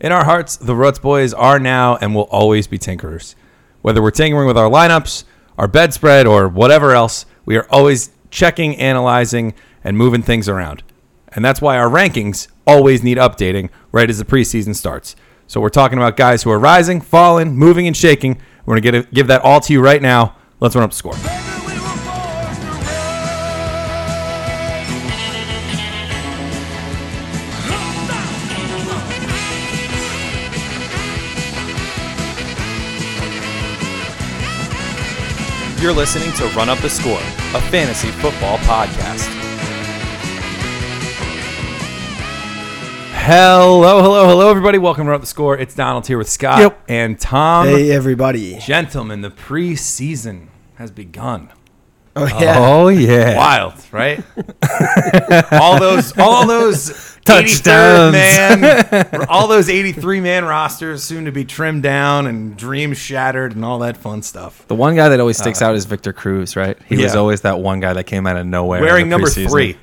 In our hearts, the Ruts boys are now and will always be tinkerers. Whether we're tinkering with our lineups, our bedspread, or whatever else, we are always checking, analyzing, and moving things around. And that's why our rankings always need updating right as the preseason starts. So we're talking about guys who are rising, falling, moving, and shaking. We're going to give that all to you right now. Let's run up the score. You're listening to Run Up the Score, a fantasy football podcast. Hello, hello, hello, everybody. Welcome to Run Up the Score. It's Donald here with Scott Yep. and Tom. Hey everybody! Gentlemen, the preseason has begun. Oh yeah, Oh yeah. Wild, right? all those, all those 83rd Touchdowns. man, all those eighty-three man rosters soon to be trimmed down and dreams shattered and all that fun stuff. The one guy that always sticks out is Victor Cruz, right? He was yeah. always that one guy that came out of nowhere. in the Wearing number preseason. three.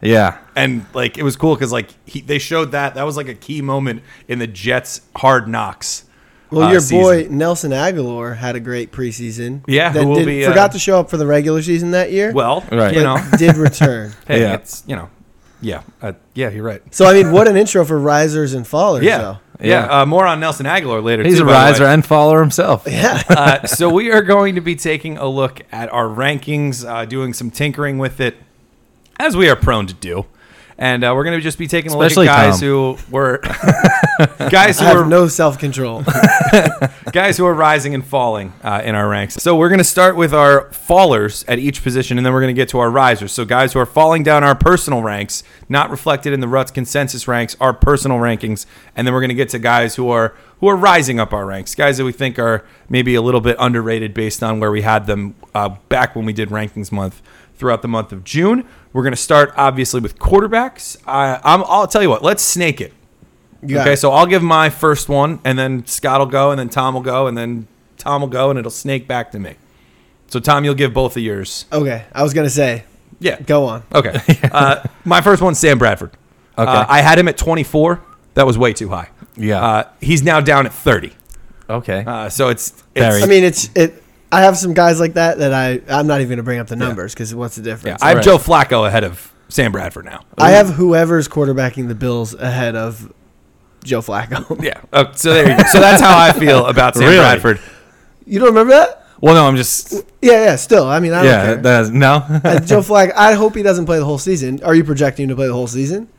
Yeah. and like it was cool because like he, they showed that that was like a key moment in the Jets' hard knocks. well, uh, your season. boy Nelson Aguilar had a great preseason. Yeah, that who will did- be, uh, forgot to show up for the regular season that year. Well, Right. you but know, did return. hey, Yeah. it's you know, yeah, uh, yeah, you're right. So I mean, what an intro for risers and fallers. Yeah, though. yeah. Yeah. Uh, more on Nelson Aguilar later. He's too, a by the way. riser and follower himself. yeah. uh, so we are going to be taking a look at our rankings, uh, doing some tinkering with it, as we are prone to do. And uh, we're going to just be taking a Especially look at guys Tom. who were guys who I were have no self control. guys who are rising and falling uh, in our ranks. So we're going to start with our fallers at each position, and then we're going to get to our risers. So guys who are falling down our personal ranks, not reflected in the Ruts consensus ranks, our personal rankings, and then we're going to get to guys who are who are rising up our ranks, guys that we think are maybe a little bit underrated based on where we had them uh, back when we did rankings month throughout the month of June. We're going to start obviously with quarterbacks. Uh, I'm, I'll tell you what, let's snake it. You got Okay, it. so I'll give my first one, and then Scott will go, and then Tom will go, and then Tom will go, and it'll snake back to me. So Tom, you'll give both of yours. okay, I was gonna say, Yeah, go on. Okay, uh, my first one's Sam Bradford. Okay, I had him at 24. That was way too high. Yeah. uh, he's now down at 30. Okay. Uh, so it's, Very. it's I mean, it's it. I have some guys like that that I I'm not even gonna bring up the numbers because what's the yeah, difference? I have Right. Joe Flacco ahead of Sam Bradford now. I have whoever's quarterbacking the Bills ahead of Joe Flacco. Yeah. Oh, so there you go. So that's how I feel about Sam Really? Bradford. you don't remember that? well, no, I'm just Yeah, yeah. Still, I mean, I don't yeah. care. That is, no, Uh, Joe Flacco, I hope he doesn't play the whole season. Are you projecting him to play the whole season?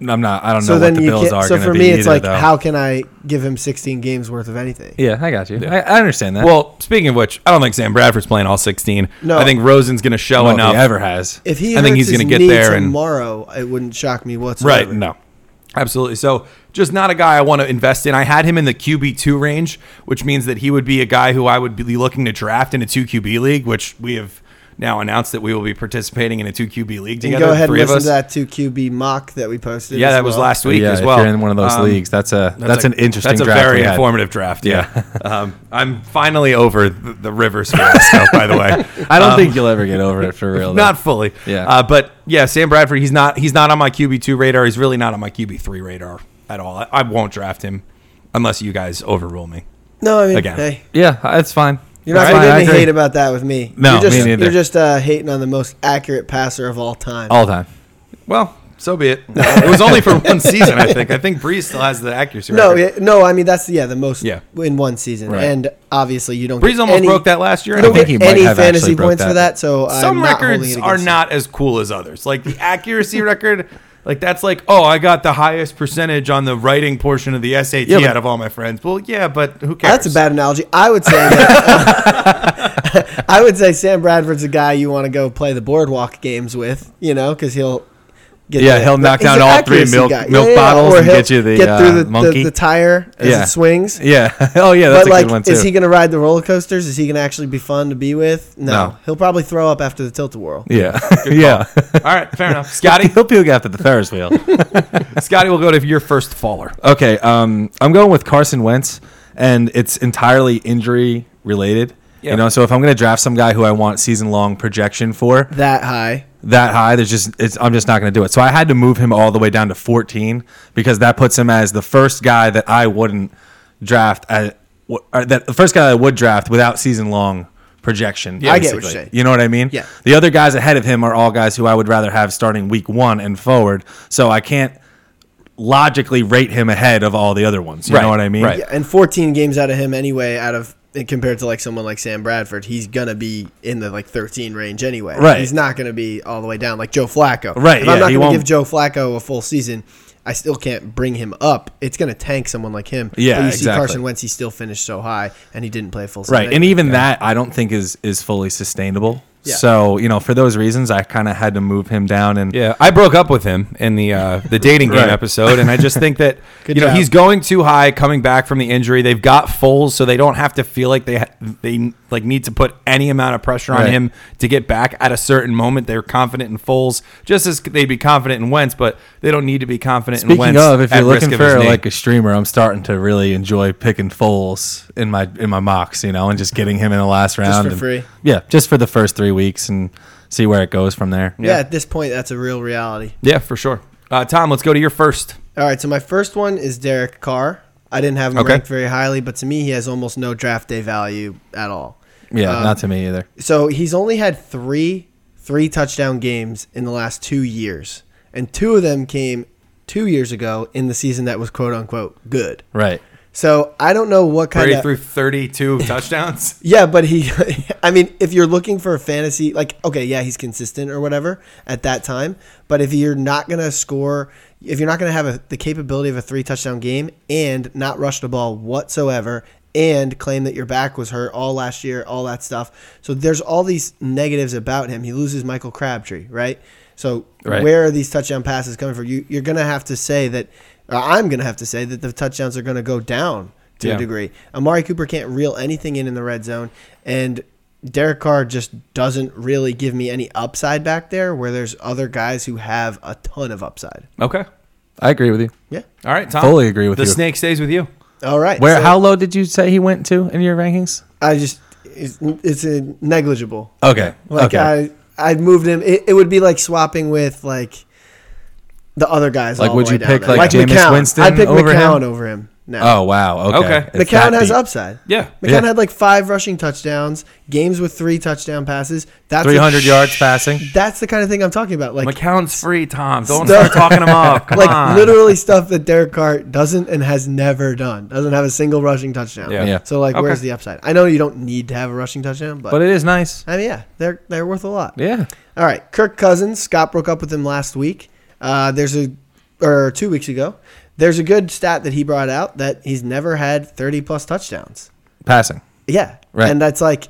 I'm not. I don't So know then what the you Bills can't. are. So gonna for be me, it's either, like, though. how can I give him 16 games worth of anything? Yeah, I got you. I, I understand that. Well, speaking of which, I don't think Sam Bradford's playing all 16. No. I think Rosen's going to show I don't know if enough. he ever has. If he, I think he's going gonna to get there and- tomorrow. It wouldn't shock me whatsoever. Right. No. Absolutely. So, just not a guy I want to invest in. I had him in the QB2 range, which means that he would be a guy who I would be looking to draft in a 2 QB league, which we have now announced that we will be participating in a 2 QB league And together. go ahead and three of listen us. to that two QB mock that we posted. Yeah, as that was well. last week yeah, as well. If you're in one of those Um, leagues, that's a that's, a- an interesting. That's a draft very we had. informative draft. Yeah, um, I'm finally over the, the rivers stuff. By the way, I don't think you'll ever get over it for real. though. not fully. Yeah. Uh, but yeah, Sam Bradford, he's not he's not on my QB two radar. He's really not on my QB three radar at all. I, I won't draft him unless you guys overrule me. No, I mean, Again. hey, Yeah, that's fine. you're not That's going to fine, get I any agree. hate about that with me. No, you're just, me neither. You're just uh, hating on the most accurate passer of all time. all the time. Well, so be it. it was only for one season, I think. I think Breeze still has the accuracy. no, record. yeah, no, I mean that's yeah the most Yeah. in one season, Right. and obviously you don't. Breeze get almost any, broke that last year. You I don't think. get he might any have actually fantasy broke points for that. that, so Some I'm not holding records it are against you. not as cool as others. Like the accuracy record, like that's like, oh, I got the highest percentage on the writing portion of the SAT Yeah, but- out of all my friends. Well, yeah, but who cares? That's a bad analogy. I would say that, uh, I would say Sam Bradford's a guy you want to go play the boardwalk games with, you know, because he'll get Yeah, the- he'll knock he's down an all three accuracy milk- milk bottles Or and he'll get you the, uh, through the, monkey. the, the tire as Yeah. it swings. Yeah. oh yeah, that's but a like, good one too. is he going to ride the roller coasters? Is he going to actually be fun to be with? No, No. he'll probably throw up after the tilt a whirl. yeah. yeah. All right, fair enough. Scotty, He'll puke after the Ferris wheel. Scotty will go to your first faller. okay, um, I'm going with Carson Wentz, and it's entirely injury related. Yeah. You know, so if I'm going to draft some guy who I want season long projection for, That high, that high. There's just it's, I'm just not going to do it. So I had to move him all the way down to 14 because that puts him as the first guy that I wouldn't draft at or that the first guy I would draft without season long projection. I get what basically. you're saying. You know what I mean? Yeah. The other guys ahead of him are all guys who I would rather have starting week one and forward. So I can't logically rate him ahead of all the other ones. You Right, know what I mean? right. Yeah, and 14 games out of him anyway, out of compared to like someone like Sam Bradford, he's gonna be in the like 13 range anyway. Right. He's not gonna be all the way down like Joe Flacco. Right, If yeah, I'm not he gonna won't- give Joe Flacco a full season, I still can't bring him up. It's gonna tank someone like him. Yeah, But you see exactly. Carson Wentz, he still finished so high, and he didn't play a full season. Right. And even that I don't think is is fully sustainable. Yeah. So, you know, for those reasons I kind of had to move him down and Yeah, I broke up with him in the uh, the dating game Right. episode, and I just think that you Good know job. he's going too high, coming back from the injury. They've got Foles, so they don't have to feel like they ha- they like need to put any amount of pressure on Right. him to get back at a certain moment. They're confident in Foles, just as they'd be confident in Wentz, but they don't need to be confident in Speaking Wentz. of, if at you're risk looking of his for knee. like a streamer, I'm starting to really enjoy picking Foles in my in my mocks, you know, and just getting him in the last round for and- free? Yeah, just for the first three weeks and see where it goes from there. yeah, at this point, that's a real reality. yeah, for sure. Uh, Tom, let's go to your first. All right, so my first one is Derek Carr. I didn't have him Okay. ranked very highly, but to me, he has almost no draft day value at all. Yeah, Um, not to me either. So he's only had three three touchdown games in the last two years, and two of them came two years ago in the season that was quote unquote good. Right. So I don't know what kind Thirty uh, of through thirty-two touchdowns. yeah, but he I mean if you're looking for a fantasy like okay yeah he's consistent or whatever at that time, but if you're not gonna score if you're not gonna have a, the capability of a three touchdown game and not rush the ball whatsoever and claim that your back was hurt all last year all that stuff so there's all these negatives about him he loses Michael Crabtree right so Right. where are these touchdown passes coming from you you're gonna have to say that or I'm gonna have to say that the touchdowns are gonna go down to Yeah. a degree. Amari Cooper can't reel anything in in the red zone, and Derek Carr just doesn't really give me any upside back there. Where there's other guys who have a ton of upside. Okay, I agree with you. Yeah. all right, Tom. Fully agree with the you. snake stays with you. All right. Where so how low did you say he went to in your rankings? I just it's, it's a negligible. Okay. Like okay. I I moved him. It, it would be like swapping with like the other guys. Like, all would the way you down pick, there. like, Jameis McCown. Winston I'd pick over him? McCown over him. No. oh wow. Okay. Okay. It's McCown that has deep. upside. Yeah. McCown Yeah. had like five rushing touchdowns, games with three touchdown passes. That's a 300 yards passing. That's the kind of thing I'm talking about. Like, McCown's free, Tom. Don't Stuff- start talking him off. Come like on. literally stuff that Derek Carr doesn't and has never done. Doesn't have a single rushing touchdown. Yeah. Yeah. So like, Okay. where's the upside? I know you don't need to have a rushing touchdown, but, But it is nice. I mean, yeah, they're they're worth a lot. Yeah. All right, Kirk Cousins. Scott broke up with him last week. Uh, there's a or two weeks ago. There's a good stat that he brought out that he's never had 30 plus touchdowns. Passing. Yeah. Right. And that's like,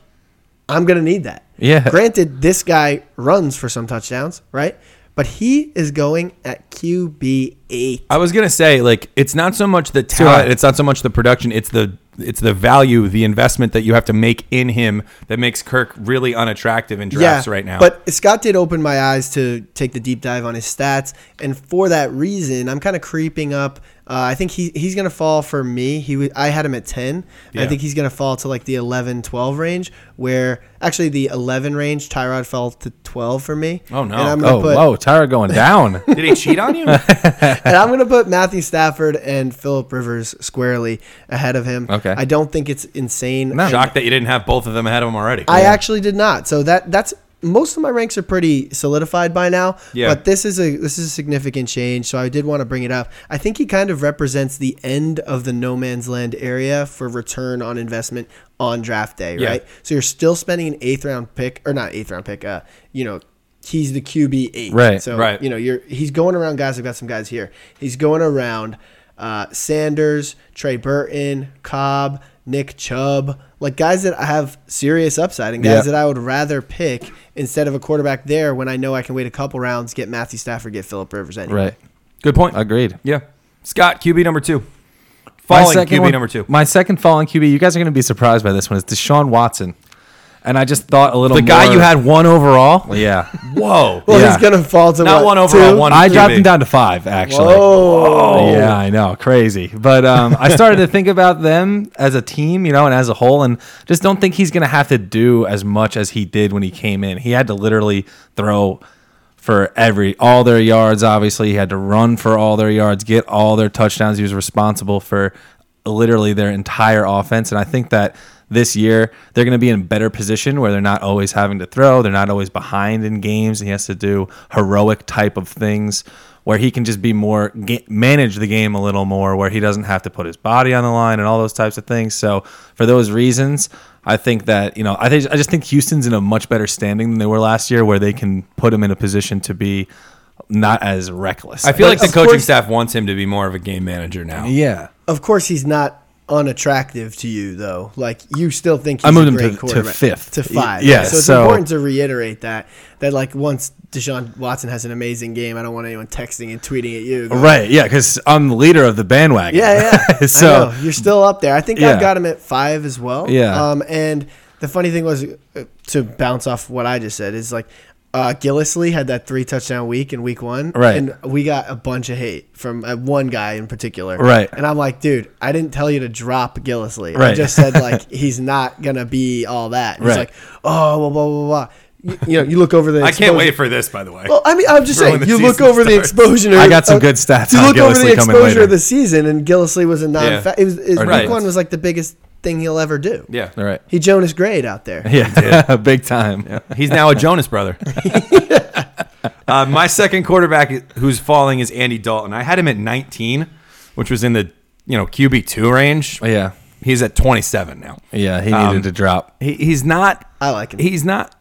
I'm going to need that. Yeah. Granted, this guy runs for some touchdowns, right? But he is going at QB8. I was gonna say, like, it's not so much the high. talent, it's not so much the production, it's the it's the value, the investment that you have to make in him that makes Kirk really unattractive in drafts right now. But Scott did open my eyes to take the deep dive on his stats, and for that reason, I'm kind of creeping up. Uh, I think he he's gonna fall for me. He wa- I had him at ten. and I Yeah. think he's gonna fall to like the 11, 12 range, where actually the eleven range, Tyrod fell to twelve for me. Oh, no. And I'm gonna Oh, put whoa, Tyra going down. did he cheat on you? and I'm going to put Matthew Stafford and Philip Rivers squarely ahead of him. Okay. I don't think it's insane. No. Shocked that you didn't have both of them ahead of him already. I actually did not. So that that's most of my ranks are pretty solidified by now. Yeah. But this is a this is a significant change, so I did want to bring it up. I think he kind of represents the end of the no man's land area for return on investment on draft day, Yeah. right? So you're still spending an eighth round pick or not eighth round pick, uh, you know, he's the QB eight. Right, So right. you know, you're he's going around guys, I've got some guys here. He's going around uh, Sanders, Trey Burton, Cobb, Nick Chubb, like guys that have serious upside and guys Yeah. that I would rather pick instead of a quarterback there when I know I can wait a couple rounds, get Matthew Stafford, get Philip Rivers anyway. right. Good point. Agreed. yeah. Scott, QB number two. My Falling second QB one- number two. My second falling QB. You guys are going to be surprised by this one. It's Deshaun Watson, and I just thought a little. the guy more- you had one overall? Yeah, Whoa. Well, Yeah. he's gonna fall to Not what, one overall, two? one I dropped QB. him down to five actually. Oh, Yeah, I know, crazy. But um, I started to think about them as a team, you know, and as a whole, and just don't think he's going to have to do as much as he did when he came in. He had to literally throw for every all their yards. Obviously, he had to run for all their yards, get all their touchdowns. He was responsible for literally their entire offense, and I think that this year they're going to be in a better position where they're not always having to throw, they're not always behind in games, and he has to do heroic type of things where he can just be more ga- manage the game a little more, where he doesn't have to put his body on the line and all those types of things. So for those reasons, I think that you know I think I just think Houston's in a much better standing than they were last year, where they can put him in a position to be not as reckless. I feel like the of coaching course- staff wants him to be more of a game manager now. yeah. Of course, he's not unattractive to you, though. Like you still think he's I moved a him great to- to quarterback. fifth. to five. Y- yeah, so it's so- important to reiterate that that like once Deshaun Watson has an amazing game, I don't want anyone texting and tweeting at you. going, Right, yeah, because I'm the leader of the bandwagon. Yeah, yeah. so I know. you're still up there. I think Yeah. I've got him at five as well. Yeah. Um, and the funny thing was uh, to bounce off what I just said is like. Uh, Gillisley had that three touchdown week in week one, Right. And we got a bunch of hate from uh, one guy in particular, Right. And I'm like, dude, I didn't tell you to drop Gillisley. I Right. just said like he's not gonna be all that. And He's Right. like, oh, blah blah blah blah. You, you know, you look over the. I can't exposure- wait for this, by the way. well, I mean, I'm just Throwing saying, the you look season over the starts. exposure. I got some good stats You on look over the Gillislee coming exposure later. of the season, and Gillisley was a non. Yeah. It was his Right. week one was like the biggest thing he'll ever do. yeah. all right, he Jonas Grade out there. yeah, big time. He's now a Jonas brother. uh, my second quarterback who's falling is Andy Dalton. I had him at 19, which was in the you know QB two range. Oh, Yeah. He's at 27 now. Yeah, he needed Um, to drop. He, he's not. I like him. He's not.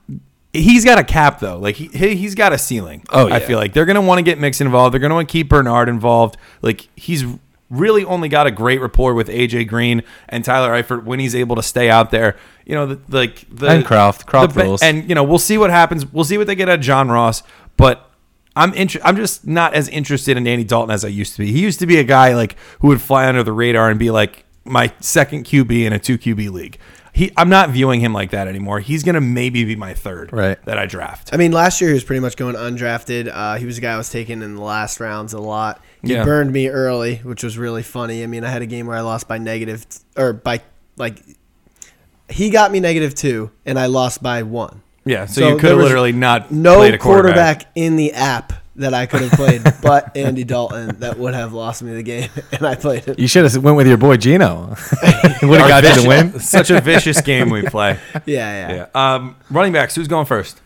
He's got a cap though. Like he, he he's got a ceiling. Oh, I yeah. feel like they're gonna want to get Mix involved. They're gonna want to keep Bernard involved. Like he's really only got a great rapport with AJ Green and Tyler Eifert when he's able to stay out there. You know, the, like the And Croft. Croft the, ba- rules. And you know, we'll see what happens. We'll see what they get out of John Ross. But I'm inter- I'm just not as interested in Andy Dalton as I used to be. He used to be a guy like who would fly under the radar and be like my second QB in a two QB league. He, I'm not viewing him like that anymore. He's gonna maybe be my third Right. that I draft. I mean, last year he was pretty much going undrafted. Uh, he was a guy I was taking in the last rounds a lot. He Yeah. burned me early, which was really funny. I mean, I had a game where I lost by negative or by like he got me negative two, and I lost by one. Yeah, so, So you could there have was literally not no played a quarterback. quarterback. in the app that I could have played, but Andy Dalton that would have lost me the game, and I played it. You should have went with your boy Gino. Would have got you the win. Such a vicious game we play. Yeah, yeah. Yeah. Um, running backs. Who's going first?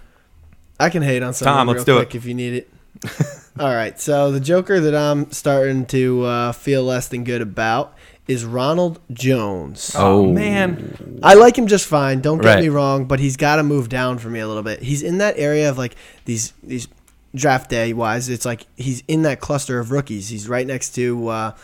I can hate on someone Tom, real let's do it. quick if you need it. All right, so the Joker that I'm starting to uh, feel less than good about is Ronald Jones. Oh, Oh. man. I like him just fine. Don't get Right. me wrong, but he's got to move down for me a little bit. He's in that area of like these these draft day wise. It's like he's in that cluster of rookies. He's right next to uh,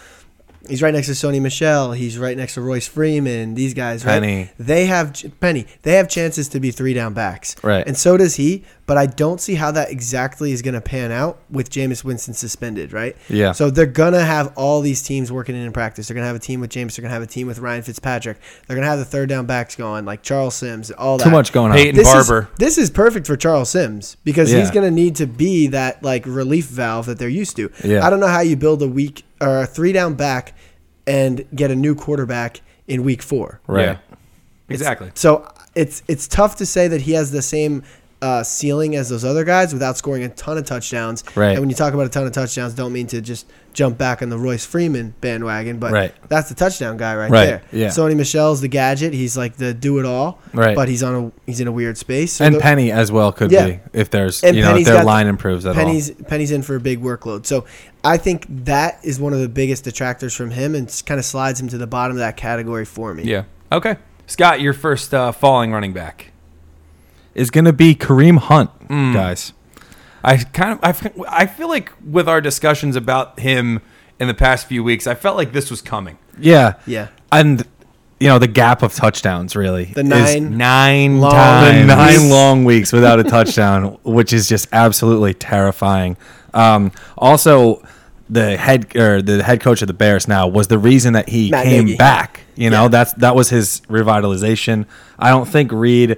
he's right next to Sony Michelle. He's right next to Royce Freeman. These guys, right? Penny. They have ch- Penny. They have chances to be three down backs, Right. And so does he. But I don't see how that exactly is going to pan out with Jameis Winston suspended, right? Yeah. So they're gonna have all these teams working in in practice. They're gonna have a team with James. They're gonna have a team with Ryan Fitzpatrick. They're gonna have the third down backs going, like Charles Sims, all that. Too much going on. Peyton This Barber. Is, this is perfect for Charles Sims because he's Yeah. gonna need to be that like relief valve that they're used to. Yeah. I don't know how you build a week or a three down back and get a new quarterback in week four. Right. Yeah. Exactly. So it's it's tough to say that he has the same uh, ceiling as those other guys without scoring a ton of touchdowns. Right. And when you talk about a ton of touchdowns, don't mean to just jump back on the Royce Freeman bandwagon, but Right. that's the touchdown guy right, Right, there. yeah. Sony Michelle's the gadget. He's like the do it all. Right. But he's on a he's in a weird space. So And the- Penny as well could Yeah. be if there's And you know if Penny's their got- line improves at Penny's Penny's in for a big workload. So I think that is one of the biggest detractors from him and kind of slides him to the bottom of that category for me. Yeah. Okay. Scott, your first uh, falling running back. all is going to be Kareem Hunt, Mm. guys. I kind of I f- I feel like with our discussions about him in the past few weeks, I felt like this was coming. Yeah. Yeah. And you know the gap of touchdowns really The is nine Nine Long- the times. nine long weeks without a touchdown, which is just absolutely terrifying. Um, also, the head or the head coach of the Bears now was the reason that he Matt came Nagy. back. You know, that's that was his revitalization. I don't think Reed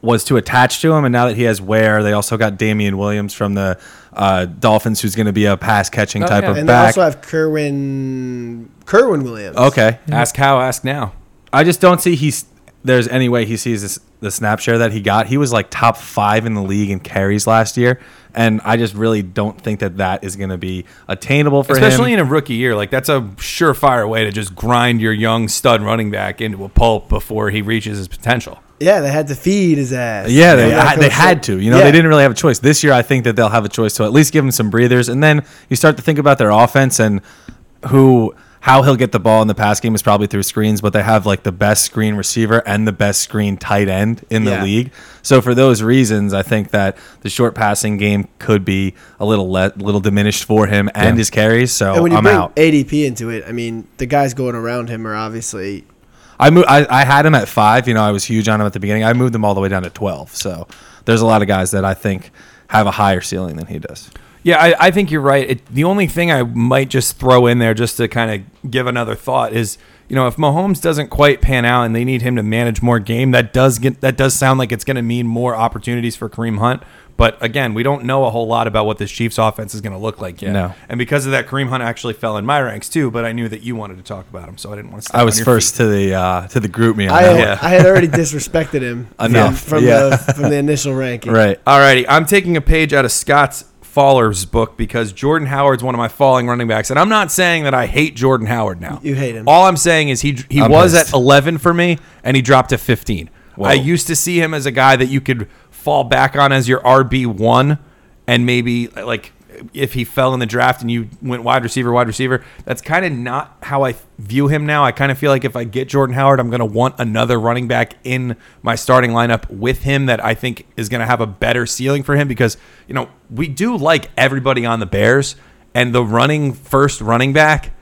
was too attached to him, and now that he has Ware, they also got Damian Williams from the uh, Dolphins, who's going to be a pass catching Oh, type yeah. of And they back. also have Kerwin Kerwin Williams. okay, Ask how, ask now. I just don't see he's there's any way he sees this, the snap share that he got, he was like top five in the league in carries last year, and I just really don't think that that is going to be attainable for Especially him. in a rookie year, like that's a surefire way to just grind your young stud running back into a pulp before he reaches his potential. Yeah, they had to feed his ass. Yeah, they, Yeah, I- so- they had to. You know, Yeah. they didn't really have a choice. This year, I think that they'll have a choice to at least give him some breathers. And then you start to think about their offense and who, how he'll get the ball in the pass game is probably through screens, but they have like the best screen receiver and the best screen tight end in the Yeah. league. So for those reasons, I think that the short passing game could be a little le- little diminished for him and Yeah. his carries. So And when you I'm bring out. ADP into it, I mean, the guys going around him are obviously I, mo- I I had him at five. You know, I was huge on him at the beginning. I moved him all the way down to twelve. So there's a lot of guys that I think have a higher ceiling than he does. Yeah, I, I think you're right. It, the only thing I might just throw in there, just to kind of give another thought, is you know if Mahomes doesn't quite pan out and they need him to manage more game, that does get that does sound like it's going to mean more opportunities for Kareem Hunt. But again, we don't know a whole lot about what this Chiefs offense is going to look like yet. No. And because of that, Kareem Hunt actually fell in my ranks too. But I knew that you wanted to talk about him, so I didn't want to. step I on was your first feet. to the uh, to the group me on I, that Yeah. I had already disrespected him Enough, from, from yeah. the from the initial ranking. one. Right. Alrighty, I'm taking a page out of Scott's Faller's book because Jordan Howard's one of my falling running backs, and I'm not saying that I hate Jordan Howard now. You hate him. All I'm saying is he he I'm was pissed. at 11 for me, and he dropped to 15. Whoa. I used to see him as a guy that you could fall back on as your RB one, and maybe like if he fell in the draft and you went wide receiver, wide receiver. That's kind of not how I view him now. I kind of feel like if I get Jordan Howard, I'm going to want another running back in my starting lineup with him that I think is going to have a better ceiling for him because you know we do like everybody on the Bears and the running first running back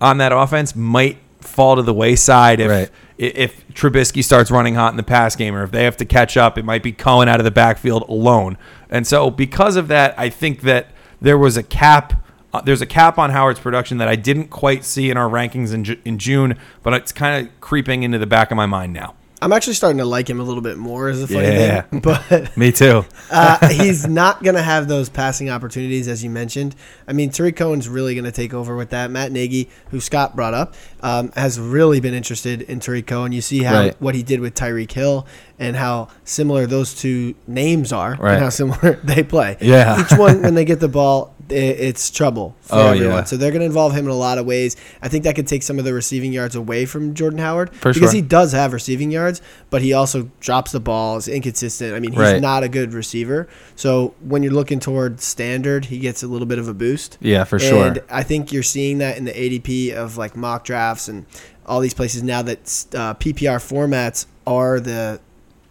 on that offense might fall to the wayside if Right. i- if Trubisky starts running hot in the pass game, or if they have to catch up, it might be Cohen out of the backfield alone. And so, because of that, I think that there was a cap. Uh, there's a cap on Howard's production that I didn't quite see in our rankings in, Ju- in June, but it's kind of creeping into the back of my mind now. I'm actually starting to like him a little bit more as a funny Yeah. thing, but Me too. uh, he's not going to have those passing opportunities as you mentioned. I mean, Tariq Cohen's really going to take over with that. Matt Nagy, who Scott brought up, um, has really been interested in Tariq Cohen. You see how Right. what he did with Tyreek Hill and how similar those two names are, Right. and how similar they play. Yeah. each one when they get the ball, i it's trouble for Oh, everyone. yeah. So they're going to involve him in a lot of ways. I think that could take some of the receiving yards away from Jordan Howard For because sure. he does have receiving yards, but he also drops the ball, is inconsistent. I mean, he's Right. not a good receiver. So when you're looking toward standard, he gets a little bit of a boost. Yeah, for sure. And I think you're seeing that in the ADP of like mock drafts and all these places now that uh, PPR formats are the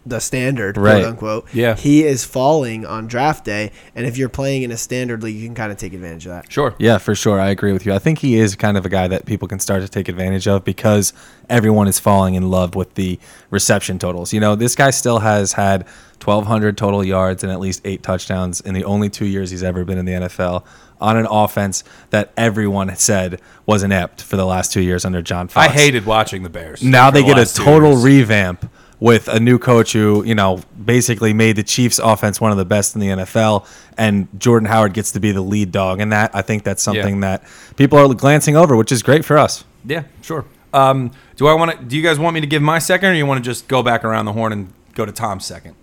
the standard, Right. quote unquote. Yeah. He is falling on draft day, and if you're playing in a standard league, you can kind of take advantage of that. Sure. Yeah, for sure. I agree with you. I think he is kind of a guy that people can start to take advantage of because everyone is falling in love with the reception totals. You know, this guy still has had 1,200 total yards and at least eight touchdowns in the only two years he's ever been in the NFL on an offense that everyone said was inept for the last two years under John I Fox. hated watching the Bears. Now for they the get a last two total years. revamp with a new coach who, you know, basically made the Chiefs offense one of the best in the NFL and Jordan Howard gets to be the lead dog and that I think that's something that people are glancing over, which is great for us. yeah, sure. Um, do I want to? Do you guys want me to give my second, or you want to just go back around the horn and go to Tom's second?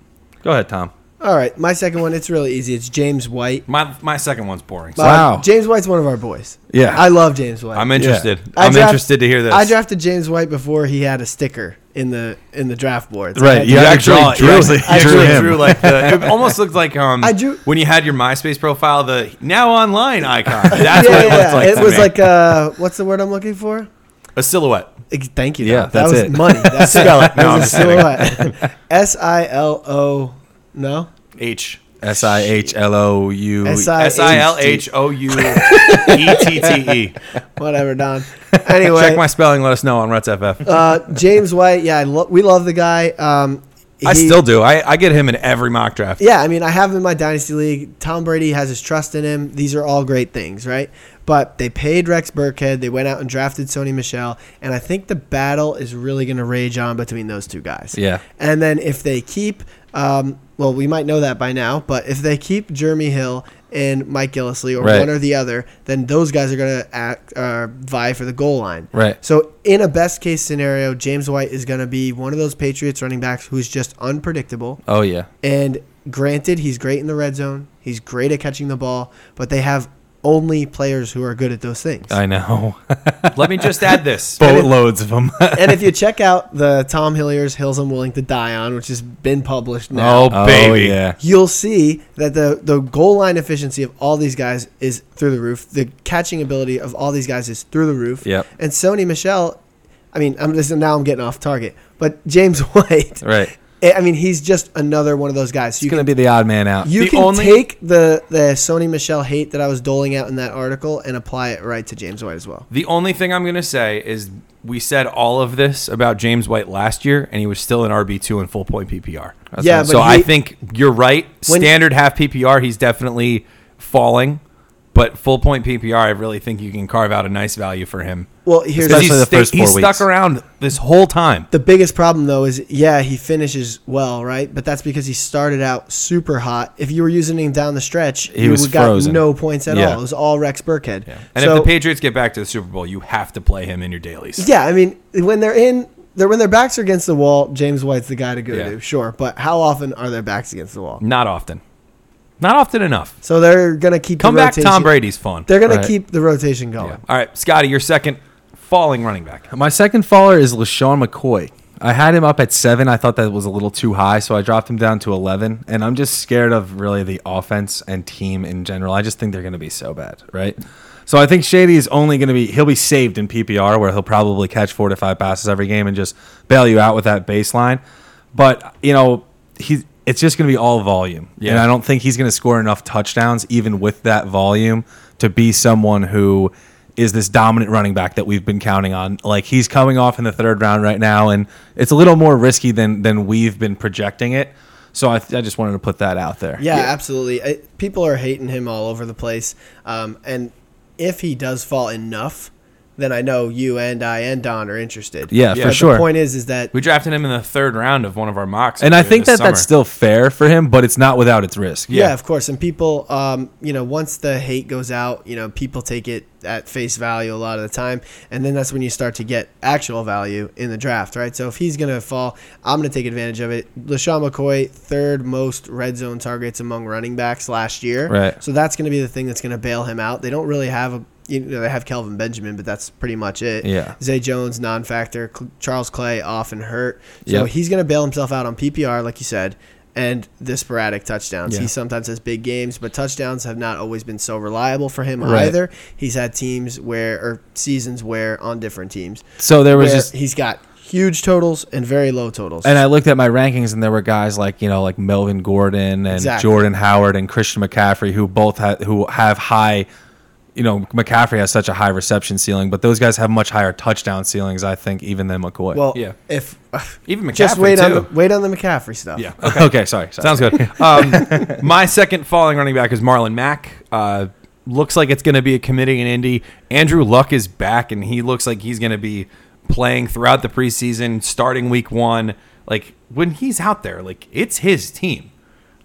Go ahead, Tom. All right, my second one. It's really easy. It's James White. My my second one's boring. So Uh, Wow. James White's one of our boys. Yeah. I love James White. I'm interested. I I'm draft- interested to hear this. I drafted James White before he had a sticker in the in the draft boards. I Right, had- you actually drew- actually, you I drew actually him. drew like the. It almost looked like um. I drew- when you had your MySpace profile, the now online icon. That's yeah, what it yeah, looked yeah. like. It to was me. like uh, what's the word I'm looking for? a silhouette. Ex- Thank you. Yeah, though. that that's was it. money. That's Spell it. No, That I'm was just a silhouette. S I L O. No. H Uh, S I H L O U E. S-I- S I L H O U E T T E. Whatever, Don. Anyway, Check my spelling. Let us know on Ruts FF. uh, James White. Yeah, I lo- we love the guy. Um, I he- still do. I, I get him in every mock draft. Yeah, I mean, I have him in my dynasty league. Tom Brady has his trust in him. These are all great things, right? But they paid Rex Burkhead. They went out and drafted Sony Michelle, and I think the battle is really going to rage on between those two guys. Yeah. And then if they keep, um, well, we might know that by now, but if they keep Jeremy Hill and Mike Gillisley or Right. one or the other, then those guys are going to act uh, vie for the goal line. Right. So in a best case scenario, James White is going to be one of those Patriots running backs who's just unpredictable. Oh yeah. And granted, he's great in the red zone. He's great at catching the ball, but they have only players who are good at those things. I know. Let me just add this. Boatloads Oh, of them. and if you check out the Tom Hillier's Hills I'm Willing to Die On, which has been published now, Oh, baby. yeah. you'll see that the, the goal line efficiency of all these guys is through the roof. The catching ability of all these guys is through the roof. Yep. And Sony Michelle, I mean, I'm just, now I'm getting off target, but James White, Right. I I mean, he's just another one of those guys. You He's gonna be the odd man out. You The can only- take the, the Sony Michelle hate that I was doling out in that article and apply it right to James White as well. The only thing I'm going to say is we said all of this about James White last year, and he was still an RB2 in full point PPR. Yeah, so but I he- think you're right. When- Standard half PPR, he's definitely falling, but full point PPR, I really think you can carve out a nice value for him. Well, here's 'Cause Especially he's the sta- first he's four stuck weeks. around this whole time. the biggest problem though is yeah, he finishes well, right? But that's because he started out super hot. If you were using him down the stretch, He you was got frozen. no points at Yeah. all. It was all Rex Burkhead. And so, if the Patriots get back to the Super Bowl, you have to play him in your dailies. yeah, I mean, when they're in, they're, when their backs are against the wall, James White's the guy to go Yeah. to, sure. But how often are their backs against the wall? Not often. Not often enough. So they're gonna keep Come the back, rotation. Tom Brady's fun. They're gonna Right. keep the rotation going. Yeah. All right, Scotty, your second falling running back. My second faller is LaShawn McCoy. I had him up at seven. I thought that was a little too high, so I dropped him down to 11. And I'm just scared of really the offense and team in general. I just think they're going to be so bad, right? So I think Shady is only going to be, he'll be saved in PPR where he'll probably catch four to five passes every game and just bail you out with that baseline. But, you know, he's, it's just going to be all volume. Yeah. And I don't think he's going to score enough touchdowns, even with that volume, to be someone who is this dominant running back that we've been counting on. Like he's coming off in the third round right now, and it's a little more risky than than we've been projecting it. So I, I just wanted to put that out there. Yeah, absolutely. I, people are hating him all over the place. Um, and if he does fall enough, then I know you and I and Don are interested. Yeah, for But sure. The point is, is that We drafted him in the third round of one of our mocks. And I earlier think this that that's summer. still fair for him, but it's not without its risk. yeah. yeah. of course. And people, um, you know, once the hate goes out, you know, people take it at face value a lot of the time, and then that's when you start to get actual value in the draft, right? So if he's gonna fall, I'm gonna take advantage of it. LaShawn McCoy, third most red zone targets among running backs last year, Right. So that's gonna be the thing that's gonna bail him out. They don't really have a. You know, they have Kelvin Benjamin, but that's pretty much it. Yeah. Zay Jones, non-factor. Cl- Charles Clay, off and hurt. So Yep. he's going to bail himself out on PPR, like you said, and the sporadic touchdowns. Yeah. He sometimes has big games, but touchdowns have not always been so reliable for him Right. either. He's had teams where, or seasons where, on different teams, So there was where just he's got huge totals and very low totals. And I looked at my rankings, and there were guys like you know, like Melvin Gordon and Exactly. Jordan Howard and Christian McCaffrey, who both ha- who have high. You know, McCaffrey has such a high reception ceiling, but those guys have much higher touchdown ceilings, I think, even than McCoy. well, Yeah. if even McCaffrey just wait too. on the, wait on the McCaffrey stuff. yeah. okay, okay sorry, sorry. Sounds good. Um, my second falling running back is Marlon Mack. Uh, looks like it's going to be a committee in Indy. Andrew Luck is back, and he looks like he's going to be playing throughout the preseason, starting week one. Like when he's out there, like it's his team.